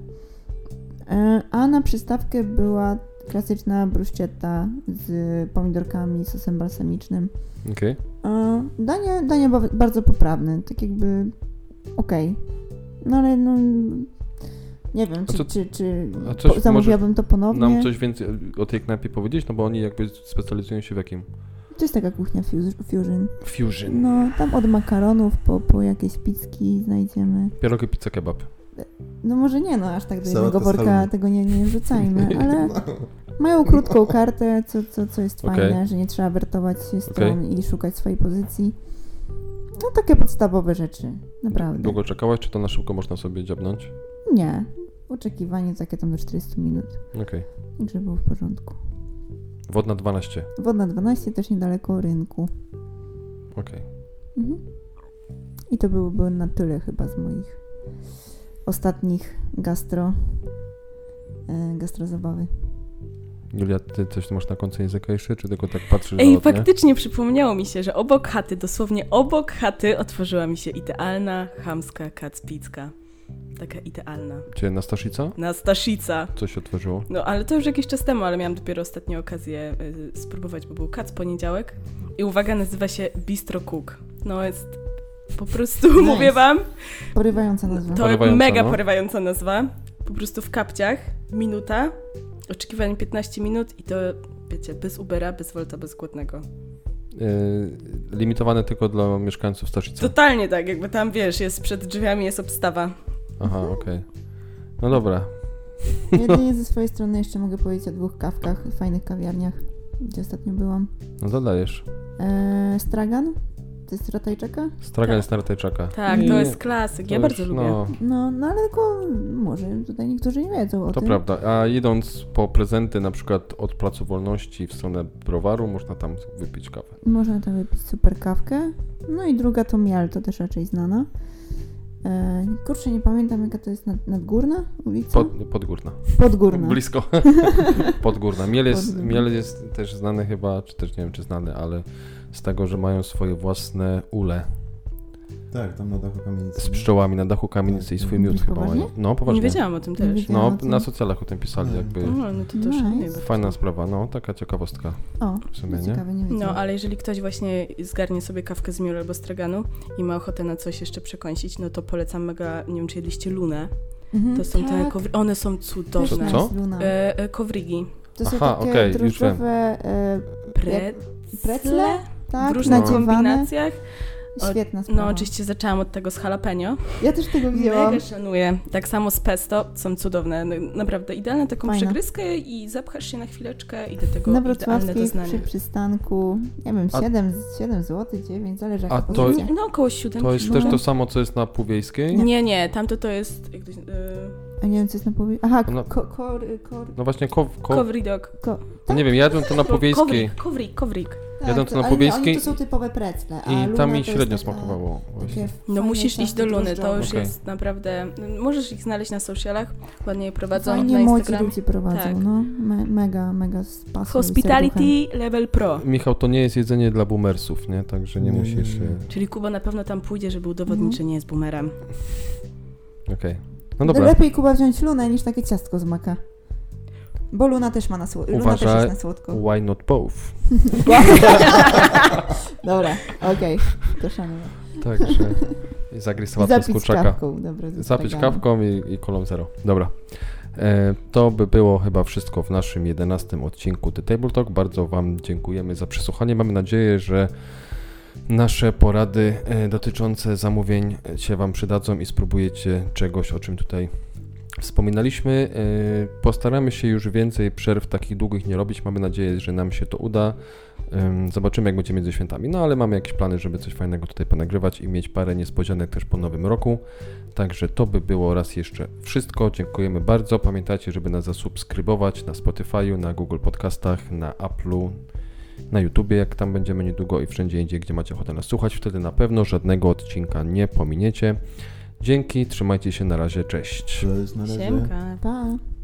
[SPEAKER 3] E, A na przystawkę była klasyczna bruschetta z pomidorkami, sosem balsamicznym.
[SPEAKER 1] okej.
[SPEAKER 3] E, Danie, danie ba- bardzo poprawne, tak jakby okej. No ale no... Nie wiem,
[SPEAKER 1] A
[SPEAKER 3] czy,
[SPEAKER 1] co-
[SPEAKER 3] czy, czy
[SPEAKER 1] a coś
[SPEAKER 3] po, zamówiłabym to ponownie.
[SPEAKER 1] Nam coś więcej o tej knajpie powiedzieć? No bo oni jakby specjalizują się w jakim?
[SPEAKER 3] To jest taka kuchnia fuz- fusion.
[SPEAKER 1] Fusion.
[SPEAKER 3] No, tam od makaronów po, po jakieś pizzki znajdziemy.
[SPEAKER 1] Pierogi, pizza, kebab.
[SPEAKER 3] No może nie, no aż tak do
[SPEAKER 4] Sałatę
[SPEAKER 3] jednego
[SPEAKER 4] z
[SPEAKER 3] worka
[SPEAKER 4] halloumi. No.
[SPEAKER 3] tego nie, nie rzucajmy, ale mają krótką kartę, co, co, co jest
[SPEAKER 1] Okej.
[SPEAKER 3] fajne, że nie trzeba wertować się stron
[SPEAKER 1] Okej.
[SPEAKER 3] i szukać swojej pozycji. No takie podstawowe rzeczy, naprawdę.
[SPEAKER 1] Długo czekałaś, czy to na szybko można sobie dziabnąć?
[SPEAKER 3] Nie, oczekiwanie takie tam do 40 minut,
[SPEAKER 1] Okej.
[SPEAKER 3] także było w porządku.
[SPEAKER 1] Wodna 12.
[SPEAKER 3] Wodna 12 też niedaleko rynku.
[SPEAKER 1] Okej.
[SPEAKER 3] Mhm. I to byłoby na tyle chyba z moich ostatnich gastro, e, gastrozabawy.
[SPEAKER 1] Julia, ty coś tu masz na końcu języka jeszcze, czy tylko tak patrzysz
[SPEAKER 2] Ej,
[SPEAKER 1] zalotnie?
[SPEAKER 2] faktycznie przypomniało mi się, że obok chaty, dosłownie obok chaty, otworzyła mi się idealna chamska kacpicka. Taka idealna.
[SPEAKER 1] Cię Nastaszica?
[SPEAKER 2] Nastaszica.
[SPEAKER 1] Coś się otworzyło?
[SPEAKER 2] No, ale to już jakiś czas temu, ale miałam dopiero ostatnio okazję y, spróbować, bo był kac poniedziałek. I uwaga, nazywa się Bistro Cook. No, jest po prostu,
[SPEAKER 3] Nice.
[SPEAKER 2] mówię wam,
[SPEAKER 3] Porywająca nazwa.
[SPEAKER 2] to
[SPEAKER 1] Porywająca,
[SPEAKER 2] mega
[SPEAKER 1] no.
[SPEAKER 2] porywająca nazwa. Po prostu w kapciach, minuta, oczekiwanie 15 minut i to, wiecie, bez Ubera, bez Wolta, bez Głodnego.
[SPEAKER 1] Yy, limitowane tylko dla mieszkańców Staszicy.
[SPEAKER 2] Totalnie tak, jakby tam, wiesz, jest przed drzwiami, jest obstawa.
[SPEAKER 1] Aha, okej. No dobra.
[SPEAKER 3] Jedynie ze swojej strony jeszcze mogę powiedzieć o dwóch kawkach, fajnych kawiarniach, gdzie ostatnio byłam.
[SPEAKER 1] No dodajesz.
[SPEAKER 3] E, Stragan, to jest ratajczaka?
[SPEAKER 1] Stragan
[SPEAKER 2] Tak.
[SPEAKER 1] jest nartejczaka.
[SPEAKER 2] Tak,
[SPEAKER 1] Nie,
[SPEAKER 2] to
[SPEAKER 1] nie.
[SPEAKER 2] jest klasyk,
[SPEAKER 1] To
[SPEAKER 2] ja
[SPEAKER 1] już,
[SPEAKER 2] bardzo lubię.
[SPEAKER 1] No,
[SPEAKER 3] No, no ale tylko może tutaj niektórzy nie wiedzą o
[SPEAKER 1] to
[SPEAKER 3] tym.
[SPEAKER 1] prawda. A idąc po prezenty na przykład od Placu Wolności w stronę browaru, można tam wypić kawę.
[SPEAKER 3] Można tam wypić super kawkę. No i druga to miel, to też raczej znana. E, kurczę, nie pamiętam jaka to jest nad, nadgórna ulica?
[SPEAKER 1] Pod, podgórna.
[SPEAKER 3] Podgórna.
[SPEAKER 1] Blisko. Podgórna. Miel jest,
[SPEAKER 3] Podgórna.
[SPEAKER 1] miel jest też znany chyba, czy też nie wiem czy znany, ale z tego, że mają swoje własne ule
[SPEAKER 4] Tak, tam na dachu kamienicy.
[SPEAKER 1] z pszczołami na dachu kamienicy i swój miód chyba
[SPEAKER 3] Poważnie?
[SPEAKER 1] mają. No,
[SPEAKER 2] Nie
[SPEAKER 1] poważnie.
[SPEAKER 2] wiedziałam o tym też.
[SPEAKER 3] wiedziałam
[SPEAKER 1] No,
[SPEAKER 3] o tym.
[SPEAKER 1] na socjalach o tym pisali jakby.
[SPEAKER 2] No, no to też
[SPEAKER 3] Nice.
[SPEAKER 2] nie wiem.
[SPEAKER 1] Fajna sprawa, no, taka ciekawostka
[SPEAKER 3] O,
[SPEAKER 1] w sumie, nie?
[SPEAKER 3] ciekawe, nie
[SPEAKER 2] No,
[SPEAKER 3] wiedziałam.
[SPEAKER 2] ale jeżeli ktoś właśnie zgarnie sobie kawkę z miura albo straganu i ma ochotę na coś jeszcze przekąsić, no to polecam mega, nie wiem czy jedliście lunę.
[SPEAKER 3] Mhm,
[SPEAKER 2] To są te
[SPEAKER 3] tak,
[SPEAKER 2] kowry, one są
[SPEAKER 3] też
[SPEAKER 2] cudowne.
[SPEAKER 1] Co?
[SPEAKER 3] nas Luna.
[SPEAKER 2] E, e, kowrigi.
[SPEAKER 3] To są
[SPEAKER 1] Aha,
[SPEAKER 3] takie
[SPEAKER 1] okej, już
[SPEAKER 3] drożdżowe e,
[SPEAKER 2] Pre...
[SPEAKER 3] precle, tak,
[SPEAKER 2] w różnych
[SPEAKER 1] nadziewane.
[SPEAKER 3] nadziewane.
[SPEAKER 2] kombinacjach. O,
[SPEAKER 3] Świetna sprawa.
[SPEAKER 2] No oczywiście zaczęłam od tego z jalapeno.
[SPEAKER 3] Ja też tego wzięłam.
[SPEAKER 2] Mega szanuję. Tak samo z pesto, są cudowne. No, Naprawdę idealne taką
[SPEAKER 3] Fajne.
[SPEAKER 2] przygryskę i zapchasz się na chwileczkę i do tego
[SPEAKER 3] Na
[SPEAKER 2] idealne
[SPEAKER 3] wrocławskiej przy
[SPEAKER 2] doznanie.
[SPEAKER 3] przystanku, nie wiem,
[SPEAKER 1] A-
[SPEAKER 3] 7, 7 zł, 9, zależy
[SPEAKER 1] A
[SPEAKER 3] jak
[SPEAKER 1] to-
[SPEAKER 3] pozycja.
[SPEAKER 2] No około 7
[SPEAKER 1] To jest
[SPEAKER 3] No.
[SPEAKER 1] też to samo, co jest na Półwiejskiej?
[SPEAKER 2] Nie, nie, tamto to jest... Jak to się- y,
[SPEAKER 3] A nie wiem, co jest na połowie. Aha,
[SPEAKER 1] No.
[SPEAKER 3] ko, ko, kor, kor,
[SPEAKER 1] No właśnie, ko, ko,
[SPEAKER 2] Kowridok.
[SPEAKER 3] ko.
[SPEAKER 1] nie wiem, jadłem to na Półwiejskiej
[SPEAKER 2] Kowrik, kowrik, kowrik.
[SPEAKER 1] Jadąc na
[SPEAKER 3] ale nie,
[SPEAKER 1] Pobieskiej
[SPEAKER 3] oni Tak, to są typowe precle, a
[SPEAKER 1] i
[SPEAKER 3] Luna
[SPEAKER 1] tam
[SPEAKER 3] to
[SPEAKER 1] mi
[SPEAKER 3] jest
[SPEAKER 1] średnio
[SPEAKER 3] taka-
[SPEAKER 1] smakowało.
[SPEAKER 3] takie
[SPEAKER 1] właśnie.
[SPEAKER 3] fajne
[SPEAKER 2] No musisz iść do
[SPEAKER 3] ciasto
[SPEAKER 2] Luny, to już
[SPEAKER 3] drożdżowe.
[SPEAKER 1] Okej.
[SPEAKER 2] jest naprawdę... Możesz ich znaleźć na socialach, ładnie je prowadzą
[SPEAKER 3] Fajnie
[SPEAKER 2] na
[SPEAKER 3] młodzi
[SPEAKER 2] Instagram.
[SPEAKER 3] ludzie prowadzą,
[SPEAKER 2] Tak.
[SPEAKER 3] no. Me, mega, mega z pasją i serduchem.
[SPEAKER 2] Hospitality Level Pro.
[SPEAKER 1] Michał, to nie jest jedzenie dla boomersów, nie? Także nie
[SPEAKER 3] Mm.
[SPEAKER 4] Nie, nie,
[SPEAKER 1] musisz...
[SPEAKER 4] nie.
[SPEAKER 1] e,
[SPEAKER 2] Czyli Kuba na pewno tam pójdzie, żeby udowodnić,
[SPEAKER 3] Mhm.
[SPEAKER 2] że nie jest boomerem.
[SPEAKER 1] Okej. No dobra,
[SPEAKER 3] Lepiej Kuba wziąć Lunę niż takie ciastko z maka. Bo Luna też ma na słodko. Luna też
[SPEAKER 1] Uważaj-
[SPEAKER 3] jest na słodko.
[SPEAKER 1] why not both?
[SPEAKER 3] Dobra, okej, to szanuję.
[SPEAKER 1] Także i zagryz
[SPEAKER 3] I
[SPEAKER 1] sałatę z
[SPEAKER 3] Zapić
[SPEAKER 1] kurczaka.
[SPEAKER 3] kawką, dobra. z
[SPEAKER 1] Zapić
[SPEAKER 3] straganu.
[SPEAKER 1] kawką i, i kolą zero. Dobra. E, to by było chyba wszystko w naszym 11 odcinku The Table Talk. Bardzo Wam dziękujemy za przesłuchanie. Mamy nadzieję, że nasze porady e, dotyczące zamówień się Wam przydadzą i spróbujecie czegoś, o czym tutaj wspominaliśmy. E, postaramy się już więcej przerw takich długich nie robić. Mamy nadzieję, że nam się to uda. Em, Zobaczymy, jak będzie między świętami. No, ale mamy jakieś plany, żeby coś fajnego tutaj ponagrywać i mieć parę niespodzianek też po nowym roku. Także to by było raz jeszcze wszystko. Dziękujemy bardzo. Pamiętajcie, żeby nas zasubskrybować na Spotify'u, na Google Podcastach, na Apple'u, na YouTubie, jak tam będziemy niedługo i wszędzie indziej, gdzie macie ochotę nas słuchać. Wtedy na pewno żadnego odcinka nie pominiecie. Dzięki, trzymajcie się, na razie, cześć.
[SPEAKER 4] Cześć, na razie.
[SPEAKER 2] Siemka.
[SPEAKER 3] Pa.